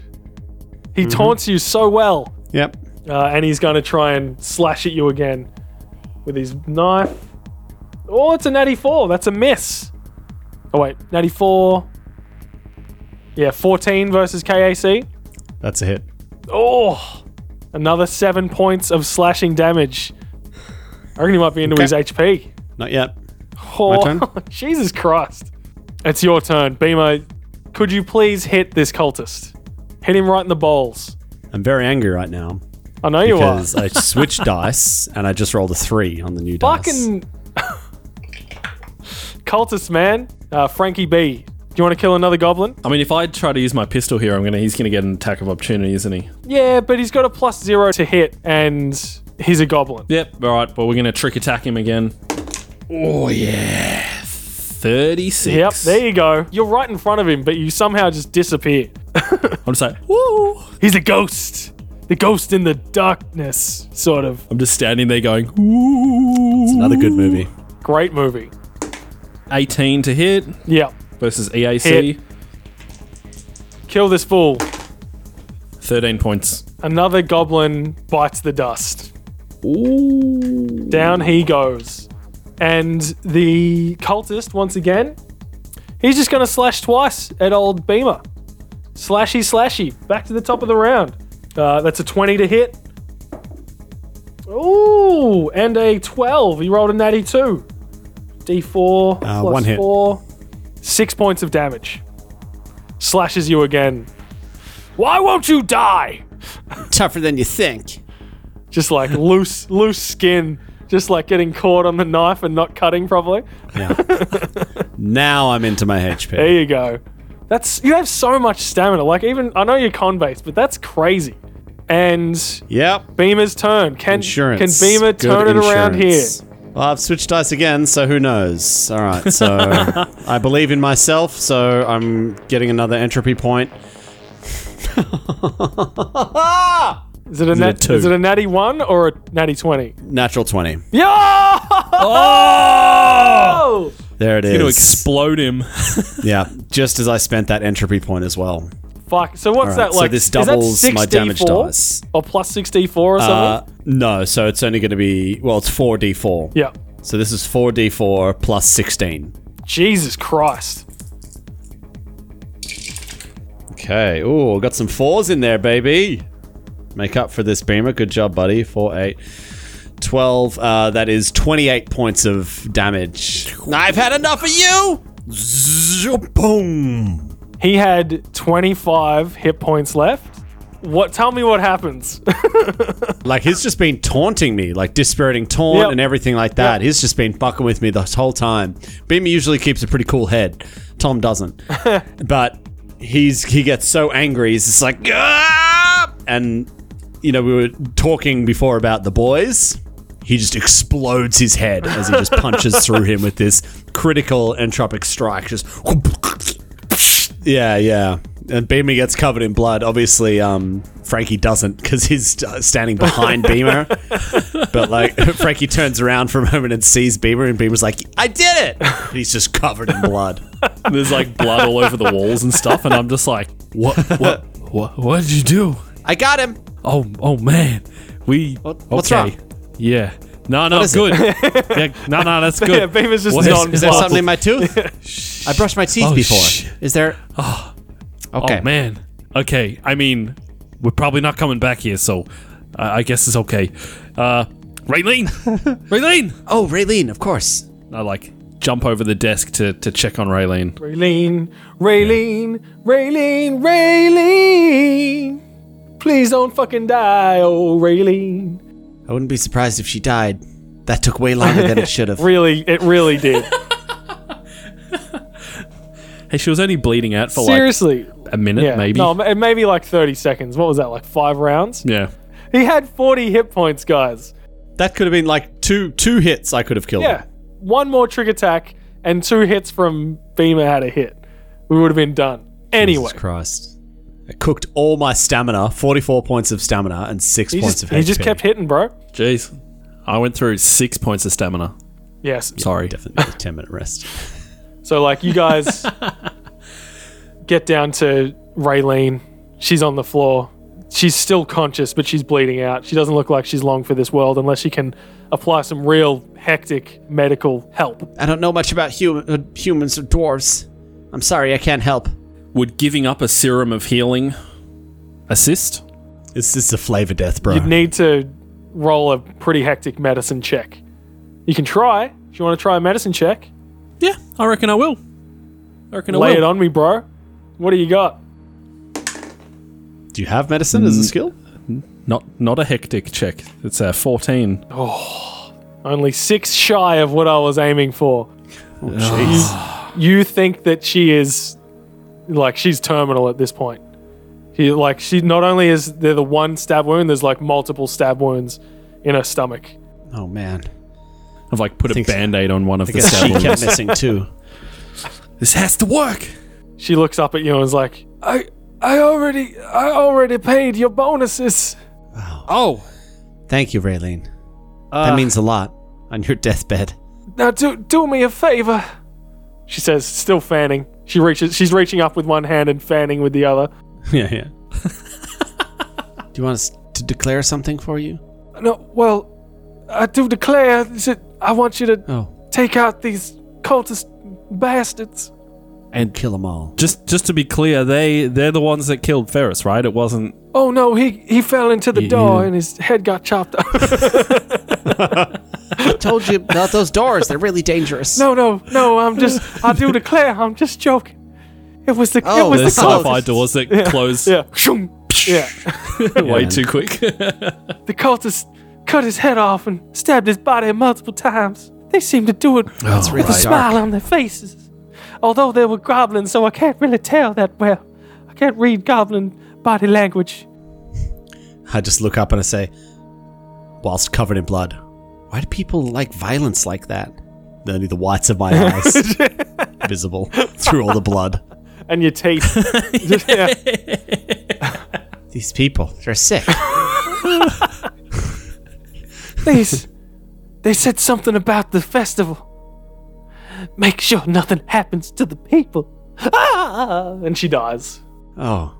Speaker 2: He
Speaker 4: Mm-hmm.
Speaker 2: taunts you so well,
Speaker 4: Yep.
Speaker 2: uh, and he's gonna try and slash at you again with his knife. Oh, it's a natty four. That's a miss. Oh wait, natty four. Yeah, fourteen versus KAC.
Speaker 4: That's a hit.
Speaker 2: Oh, another seven points of slashing damage. I reckon he might be into
Speaker 4: Okay.
Speaker 2: his HP.
Speaker 4: Not yet.
Speaker 2: Oh,
Speaker 4: turn?
Speaker 2: Jesus Christ. It's your turn. Beamer, could you please hit this cultist? Hit him right in the balls.
Speaker 4: I'm very angry right now
Speaker 2: I know you are.
Speaker 4: because I switched dice and I just rolled a three on the new dice.
Speaker 2: Fucking cultist, man. Uh, Frankie B. Do you want to kill another goblin?
Speaker 5: I mean, if I try to use my pistol here, I'm gonna. He's gonna get an attack of opportunity, isn't he?
Speaker 2: Yeah, but he's got a plus zero to hit, and he's a goblin.
Speaker 5: Yep. All right. Well, we're gonna trick attack him again. Oh yeah. Thirty-six.
Speaker 2: Yep, there you go. You're right in front of him, but you somehow just disappear.
Speaker 5: I'm just like, woo.
Speaker 2: He's a ghost. The ghost in the darkness, sort of.
Speaker 5: I'm just standing there going, ooh. It's
Speaker 4: Another good movie.
Speaker 2: Great movie.
Speaker 5: 18 to hit
Speaker 2: Yep.
Speaker 5: versus E EAC.
Speaker 2: Hit. Kill this fool.
Speaker 5: 13 points.
Speaker 2: Another goblin bites the dust.
Speaker 5: Ooh.
Speaker 2: Down he goes. And the cultist, once again, he's just going to slash twice at old Beamer. Slashy, slashy. Back to the top of the round. Uh, that's a 20 to hit. Ooh, and a 12. He rolled a natty 2. D4
Speaker 4: Uh,
Speaker 2: plus
Speaker 4: one hit.
Speaker 2: 4. Six points of damage. Slashes you again. Why won't you die?
Speaker 3: Tougher than you think.
Speaker 2: just like loose loose skin just like getting caught on the knife and not cutting properly
Speaker 4: Now I'm into my HP.
Speaker 2: there you go that's you have so much stamina like even i know you're con based but that's crazy and
Speaker 4: Yep.
Speaker 2: beamer's turn can
Speaker 4: Insurance.
Speaker 2: can beamer
Speaker 4: Good
Speaker 2: turn it around here
Speaker 4: insurance. Well, I've switched dice again, so who knows? All right, so I believe in myself, so I'm getting another entropy point.
Speaker 2: is it a, nat,
Speaker 4: two?
Speaker 2: is it a natty 1 or a natty 20
Speaker 4: Natural 20.
Speaker 2: yo oh!
Speaker 4: There it is.
Speaker 5: Gonna explode him.
Speaker 4: yeah, just as I spent that entropy point as well.
Speaker 2: fuck so what's
Speaker 4: All right,
Speaker 2: that like
Speaker 4: so this
Speaker 2: is that
Speaker 4: doubles
Speaker 2: 6
Speaker 4: my damage
Speaker 2: D4?
Speaker 4: dice.
Speaker 2: or plus 6d4 or something
Speaker 4: Uh, no, so it's only going to be, well, it's 4d4.
Speaker 2: yeah
Speaker 4: So this is 4d4 plus 16.
Speaker 2: jesus christ
Speaker 4: Okay. Ooh, got some fours in there, baby. Make up for this beamer. Good job, buddy. Four, eight, 12. Uh, that is 28 points of damage. I've had enough of you! Zoom, Boom!
Speaker 2: he had 25 hit points left What? Tell me what happens.
Speaker 4: Like he's just been taunting me, like dispiriting taunt
Speaker 2: Yep.
Speaker 4: and everything like that. He's just been fucking with me this whole time. Beamer usually keeps a pretty cool head. Tom doesn't, but he's he gets so angry. He's just like, "Ah!" and you know we were talking before about the boys. He just explodes his head as he just punches through him with this critical entropic strike. Just yeah, yeah. And Beamer gets covered in blood. Obviously, um, Frankie doesn't because he's uh, standing behind Beamer. But like, Frankie turns around for a moment and sees Beamer, and Beamer's like, "I did it!" And he's just covered in blood.
Speaker 5: There's like blood all over the walls and stuff, and I'm just like, what? What? What? What did you do?
Speaker 4: I got him.
Speaker 5: Oh, oh man, we.
Speaker 4: what's
Speaker 5: okay.
Speaker 4: wrong?
Speaker 5: Yeah. No, no, good. yeah, no, no, that's good.
Speaker 2: yeah, Beamer's just
Speaker 5: What-
Speaker 2: non-
Speaker 4: Is there
Speaker 2: Well-
Speaker 4: something in my tooth? I brushed my teeth
Speaker 5: Oh,
Speaker 4: before.
Speaker 5: shit.
Speaker 4: Is there? okay.
Speaker 5: Oh man. Okay. I mean, we're probably not coming back here, so uh, I guess it's okay. Uh, Raylene, Raylene.
Speaker 4: Oh, Raylene, of course.
Speaker 5: I like jump over the desk to to check on Raylene.
Speaker 2: Raylene, Raylene, Raylene, Raylene. Please don't fucking die, oh Raylene.
Speaker 4: I wouldn't be surprised if she died. That took way longer than it should have.
Speaker 2: Really, it really did.
Speaker 5: Hey, she was only bleeding out for
Speaker 2: Seriously.
Speaker 5: like a minute,
Speaker 2: yeah.
Speaker 5: maybe.
Speaker 2: No, it may be like 30 seconds. What was that, like five rounds?
Speaker 5: yeah.
Speaker 2: He had 40 hit points, guys.
Speaker 4: That could have been like two two hits. I could have killed.
Speaker 2: Yeah.
Speaker 4: Him.
Speaker 2: One more trick attack and two hits from Beamer had a hit. We would have been done. Anyway,
Speaker 4: Jesus Christ. I cooked all my stamina, 44 points of stamina and 6
Speaker 2: he
Speaker 4: points
Speaker 2: just,
Speaker 4: of HP.
Speaker 2: he just kept hitting, bro.
Speaker 5: Jeez. I went through six points of stamina.
Speaker 2: Yes.
Speaker 5: Sorry.
Speaker 4: Definitely a 10 minute rest.
Speaker 2: So like you guys get down to Raylene. She's on the floor. She's still conscious, but she's bleeding out. She doesn't look like she's long for this world unless she can apply some real hectic medical help.
Speaker 3: I don't know much about hum- uh, humans or dwarves. I'm sorry, I can't help.
Speaker 5: Would giving up a serum of healing assist?
Speaker 4: This is the flavor death, bro.
Speaker 2: You'd need to roll a pretty hectic medicine check. You can try. If you want to try a medicine check,
Speaker 5: Yeah, I reckon I will. I reckon I
Speaker 2: lay
Speaker 5: will.
Speaker 2: it on me, bro. What do you got?
Speaker 4: Do you have medicine as a skill?
Speaker 5: Not not a hectic check. It's a fourteen.
Speaker 2: Only six shy of what I was aiming for. You, you think that she is like she's terminal at this point. She like she not only is there the one stab wound, there's like multiple stab wounds in her stomach.
Speaker 4: Oh, man.
Speaker 5: I've like put a
Speaker 4: think so.
Speaker 5: band aid on one of the
Speaker 4: Guess she
Speaker 5: stab
Speaker 4: kept
Speaker 5: wounds.
Speaker 4: missing too.
Speaker 5: This has to work.
Speaker 2: She looks up at you and is like, I I already I already paid your bonuses.
Speaker 5: Oh,
Speaker 4: Thank you, Raylene.
Speaker 2: Uh,
Speaker 4: that means a lot on your deathbed.
Speaker 2: Now do do me a favor. She says, still fanning. She reaches she's reaching up with one hand and fanning with the other.
Speaker 4: yeah, yeah.
Speaker 3: Do you want us to declare something for you?
Speaker 2: No, well, I do declare that I want you to
Speaker 3: Oh,
Speaker 2: take out these cultist bastards.
Speaker 3: and kill them all.
Speaker 5: just just to be clear, they they're the ones that killed Ferris, right? It wasn't.
Speaker 2: Oh no, he he fell into the
Speaker 5: Yeah.
Speaker 2: door and his head got chopped off.
Speaker 3: I told you about those doors. They're really dangerous.
Speaker 2: no, no, no, I'm just I do declare, I'm just joking. It was the
Speaker 3: Oh,
Speaker 2: it was
Speaker 5: There's
Speaker 2: the
Speaker 3: cult-
Speaker 5: sci-fi doors that close
Speaker 2: Yeah. Shung. Yeah.
Speaker 5: way too quick.
Speaker 2: The cultist cut his head off and stabbed his body multiple times. They seem to do it
Speaker 3: it's Oh, really
Speaker 2: with a smile on their faces. Although they were goblins, so I can't really tell that well. I can't read goblin body language.
Speaker 4: I just look up and I say, whilst covered in blood, why do people like violence like that? Only the whites of my eyes visible through all the blood.
Speaker 2: And your teeth. yeah.
Speaker 4: These people, they're sick.
Speaker 2: Please. they said something about the festival. Make sure nothing happens to the people. Ah! And she dies.
Speaker 4: Oh.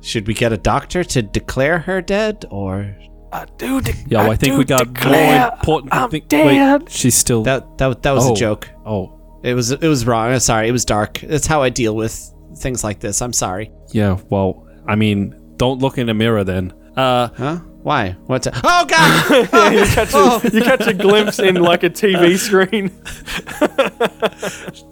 Speaker 4: Should we get a doctor to declare her dead or
Speaker 2: I do. De-
Speaker 5: Yo, I, think
Speaker 2: do
Speaker 5: we got
Speaker 2: declare
Speaker 5: more important.
Speaker 2: I'm
Speaker 5: think,
Speaker 2: dead.
Speaker 5: Wait, she's still.
Speaker 4: that that, that was
Speaker 5: Oh.
Speaker 4: a joke.
Speaker 5: oh,
Speaker 4: It was it was wrong. I'm sorry. It was dark. That's how I deal with things like this. I'm sorry.
Speaker 5: yeah. Well, I mean, don't look in a mirror then. Uh,
Speaker 4: Huh? Why? What's a- Oh god.
Speaker 2: you, catch
Speaker 5: Oh.
Speaker 2: a, you catch a glimpse in like a TV screen.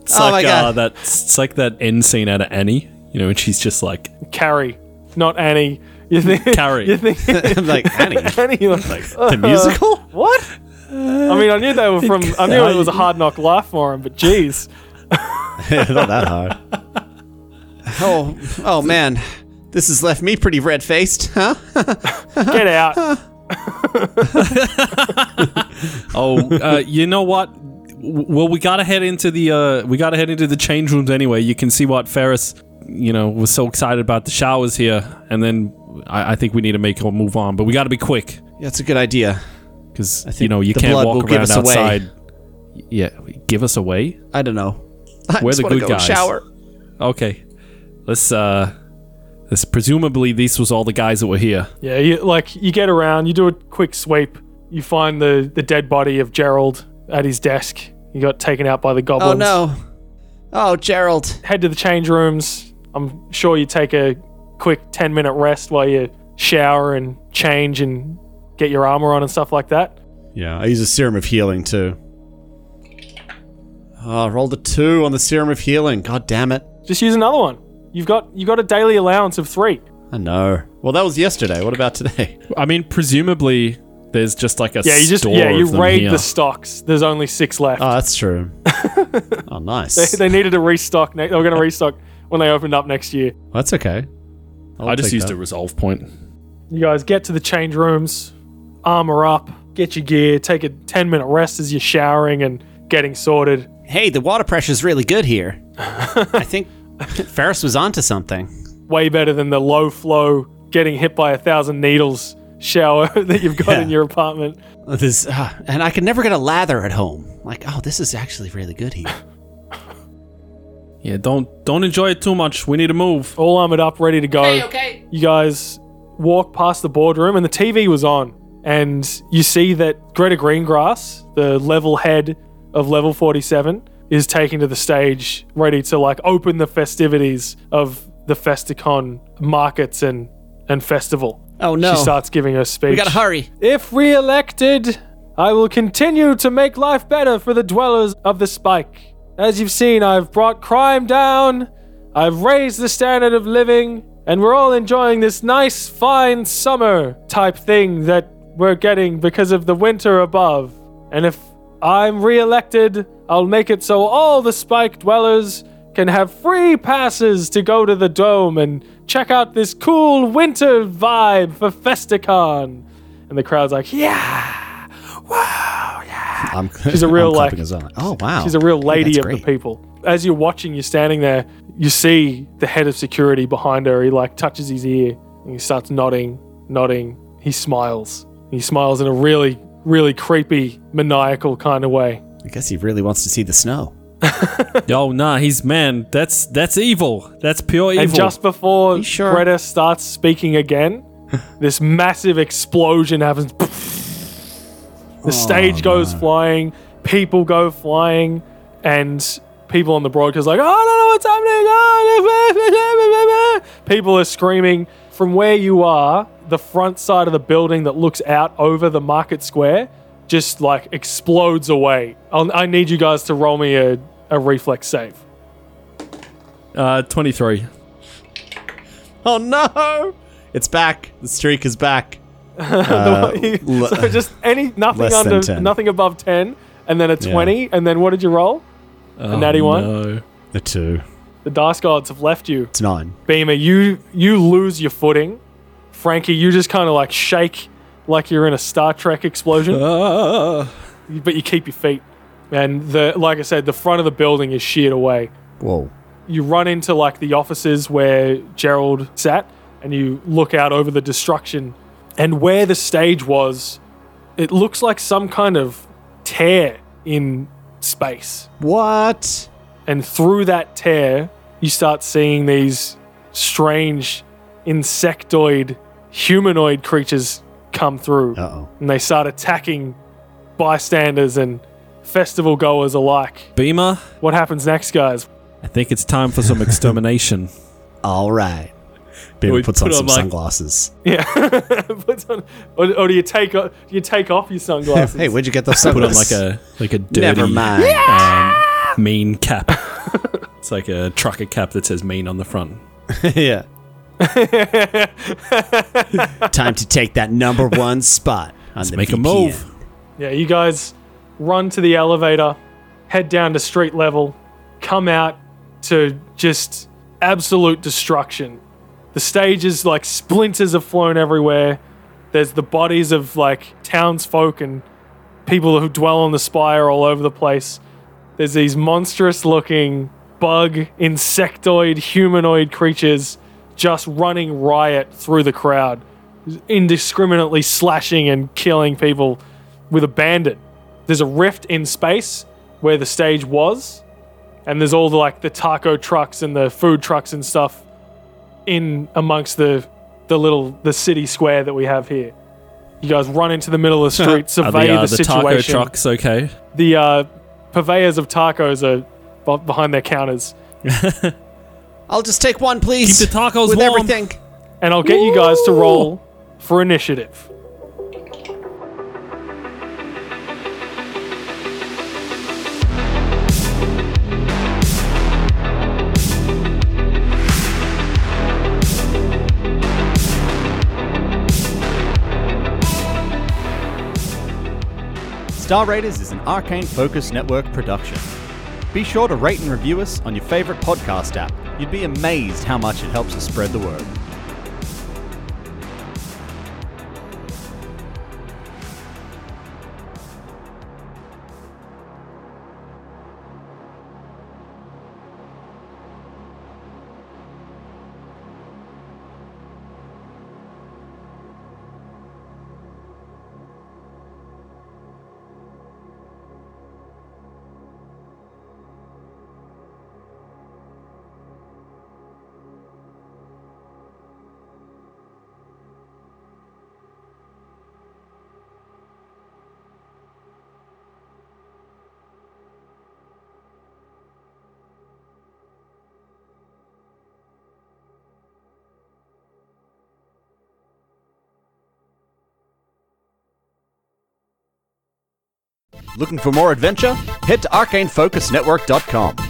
Speaker 5: it's
Speaker 4: Oh
Speaker 5: like
Speaker 4: my
Speaker 5: Uh,
Speaker 4: God.
Speaker 5: that. It's like that end scene out of Annie. You know, and she's just like,
Speaker 2: Carrie, not Annie. You think?
Speaker 5: Carrie.
Speaker 2: You think?
Speaker 3: I'm like Annie.
Speaker 2: Annie, you're like, uh,
Speaker 3: The musical?
Speaker 2: what? I mean, I knew they were from. I knew it was a hard knock life for him, but geez,
Speaker 4: Not that hard.
Speaker 3: Oh, oh man, this has left me pretty red faced, huh?
Speaker 2: get out.
Speaker 5: Oh, uh, you know what? W- Well, we gotta head into the uh, we gotta head into the change rooms anyway. You can see what Ferris, you know, was so excited about the showers here, and then I, I think we need to make her move on. But we gotta be quick
Speaker 3: Yeah, it's a good idea.
Speaker 5: because you
Speaker 3: think
Speaker 5: know you
Speaker 3: the
Speaker 5: can't
Speaker 3: blood will
Speaker 5: walk
Speaker 3: give
Speaker 5: around
Speaker 3: us away.
Speaker 5: outside. Yeah, give us away.
Speaker 3: I don't know. I
Speaker 5: We're
Speaker 3: just
Speaker 5: the
Speaker 3: wanna
Speaker 5: good
Speaker 3: go and
Speaker 5: guys.
Speaker 3: Shower.
Speaker 5: Okay, let's. uh this presumably these was all the guys that were here.
Speaker 2: Yeah, you like you get around. You do a quick sweep. You find the the dead body of Gerald at his desk. He got taken out by the goblins.
Speaker 3: Oh no. Oh Gerald.
Speaker 2: Head to the change rooms. I'm sure you take a quick ten minute rest while you shower and change and get your armor on and stuff like that.
Speaker 4: Yeah, I use a serum of healing too.
Speaker 3: Oh, I rolled a two on the serum of healing. God damn it.
Speaker 2: Just use another one. You've got you've got a daily allowance of three.
Speaker 3: I know. Well, that was yesterday. What about today?
Speaker 5: I mean, presumably there's just like a
Speaker 2: Yeah, you just
Speaker 5: store
Speaker 2: yeah you
Speaker 5: of them
Speaker 2: raid
Speaker 5: here.
Speaker 2: the stocks. There's only six left.
Speaker 3: Oh, that's true. oh, nice.
Speaker 2: they, they needed to restock. Ne- they were going to restock when they opened up next year.
Speaker 3: that's okay.
Speaker 5: I just
Speaker 3: take
Speaker 5: used
Speaker 3: that.
Speaker 5: a resolve point.
Speaker 2: You guys get to the change rooms, armor up, get your gear, take a ten minute rest as you're showering and getting sorted.
Speaker 3: Hey, the water pressure's really good here. I think Ferris was onto something.
Speaker 2: Way better than the low flow getting hit by a thousand needles shower that you've got in your apartment.
Speaker 3: This, ah, and I could never get a lather at home. Like, oh, this is actually really good here.
Speaker 5: Yeah, don't don't enjoy it too much. We need to move.
Speaker 2: All armored up, ready to go. You guys walk past the boardroom, and the TV was on, and you see that Greta Greengrass, the level head of level 47, is taken to the stage, ready to like open the festivities of the Festicon markets and and festival.
Speaker 3: Oh no,
Speaker 2: She starts giving her speech.
Speaker 3: we gotta hurry.
Speaker 2: If re-elected, I will continue to make life better for the dwellers of the Spike. As you've seen, I've brought crime down, I've raised the standard of living, and we're all enjoying this nice, fine summer type thing that we're getting because of the winter above. And if I'm re-elected, I'll make it so all the Spike dwellers can have free passes to go to the dome and check out this cool winter vibe for Festicon. And the crowd's like, yeah.
Speaker 4: I'm,
Speaker 2: She's a real,
Speaker 4: I'm clapping
Speaker 2: like-
Speaker 4: as well.
Speaker 3: Oh wow,
Speaker 2: She's a real lady
Speaker 3: that's
Speaker 2: of the
Speaker 3: great.
Speaker 2: people. As you're watching, you're standing there, you see the head of security behind her. He like touches his ear and he starts nodding, nodding. He smiles. He smiles in a really, really creepy, maniacal kind of way.
Speaker 3: I guess he really wants to see the snow.
Speaker 5: Yo, nah, he's man. That's that's evil. That's pure evil.
Speaker 2: And just before
Speaker 3: sure?
Speaker 2: Greta starts speaking again, this massive explosion happens. The stage goes flying, people go flying, and people on the broadcast are like, oh, I don't know what's happening. Oh, blah, blah, blah, blah, blah, blah." people are screaming. From where you are, the front side of the building that looks out over the market square just like explodes away. I'll, I need you guys to roll me a, a reflex save.
Speaker 5: uh, twenty three.
Speaker 4: Oh no! It's back. The streak is back.
Speaker 2: You-
Speaker 4: le-
Speaker 2: so just any nothing
Speaker 4: less than
Speaker 2: under
Speaker 4: 10.
Speaker 2: nothing above 10 and then a 20 and then what did you roll
Speaker 5: Oh,
Speaker 2: natty one?
Speaker 5: No.
Speaker 4: The two.
Speaker 2: the dice gods have left you
Speaker 4: It's nine.
Speaker 2: beamer you you lose your footing frankie you just kind of like shake like you're in a star trek explosion
Speaker 5: Ah.
Speaker 2: but you keep your feet and the like i said the front of the building is sheared away
Speaker 4: Whoa.
Speaker 2: you run into like the offices where Gerald sat and you look out over the destruction and where the stage was it looks like some kind of tear in space
Speaker 4: What?
Speaker 2: and through that tear you start seeing these strange insectoid humanoid creatures come through
Speaker 4: Uh oh.
Speaker 2: and they start attacking bystanders and festival goers alike
Speaker 5: Beamer,
Speaker 2: what happens next guys
Speaker 5: I think it's time for some extermination.
Speaker 4: All right. Baby
Speaker 5: We
Speaker 4: puts on
Speaker 5: put on,
Speaker 4: some
Speaker 5: like-
Speaker 4: sunglasses.
Speaker 2: Yeah. Puts on- or, or do you take o- do you take off your sunglasses?
Speaker 4: Hey, where'd you get those
Speaker 5: Put on
Speaker 4: sunglasses?
Speaker 5: like a like a dirty
Speaker 3: Never mind.
Speaker 5: Um, mean cap. it's like a trucker cap that says mean on the front.
Speaker 4: yeah.
Speaker 7: Time to take that number one spot. On Let's the
Speaker 5: make a
Speaker 7: VPN.
Speaker 5: move.
Speaker 2: Yeah, you guys run to the elevator, head down to street level, come out to just absolute destruction. The stage is like splinters have flown everywhere. There's the bodies of like townsfolk and people who dwell on the spire all over the place. There's these monstrous looking bug, insectoid, humanoid creatures just running riot through the crowd, indiscriminately slashing and killing people with a bandit. There's a rift in space where the stage was, and there's all the like the taco trucks and the food trucks and stuff in amongst the the little the city square that we have here. You guys run into the middle of the street,
Speaker 5: Are
Speaker 2: survey
Speaker 5: the, uh,
Speaker 2: the,
Speaker 5: the
Speaker 2: situation
Speaker 5: taco trucks okay?
Speaker 2: the uh, purveyors of tacos are b- behind their counters.
Speaker 7: I'll just take one, please.
Speaker 5: Keep the tacos
Speaker 7: with
Speaker 5: warm.
Speaker 7: everything.
Speaker 2: And I'll get you guys to roll for initiative.
Speaker 4: Star Raiders is an Arcane Focus Network production. Be sure to rate and review us on your favorite podcast app. You'd be amazed how much it helps us spread the word. Looking for more adventure? Head to arcanefocusnetwork.com.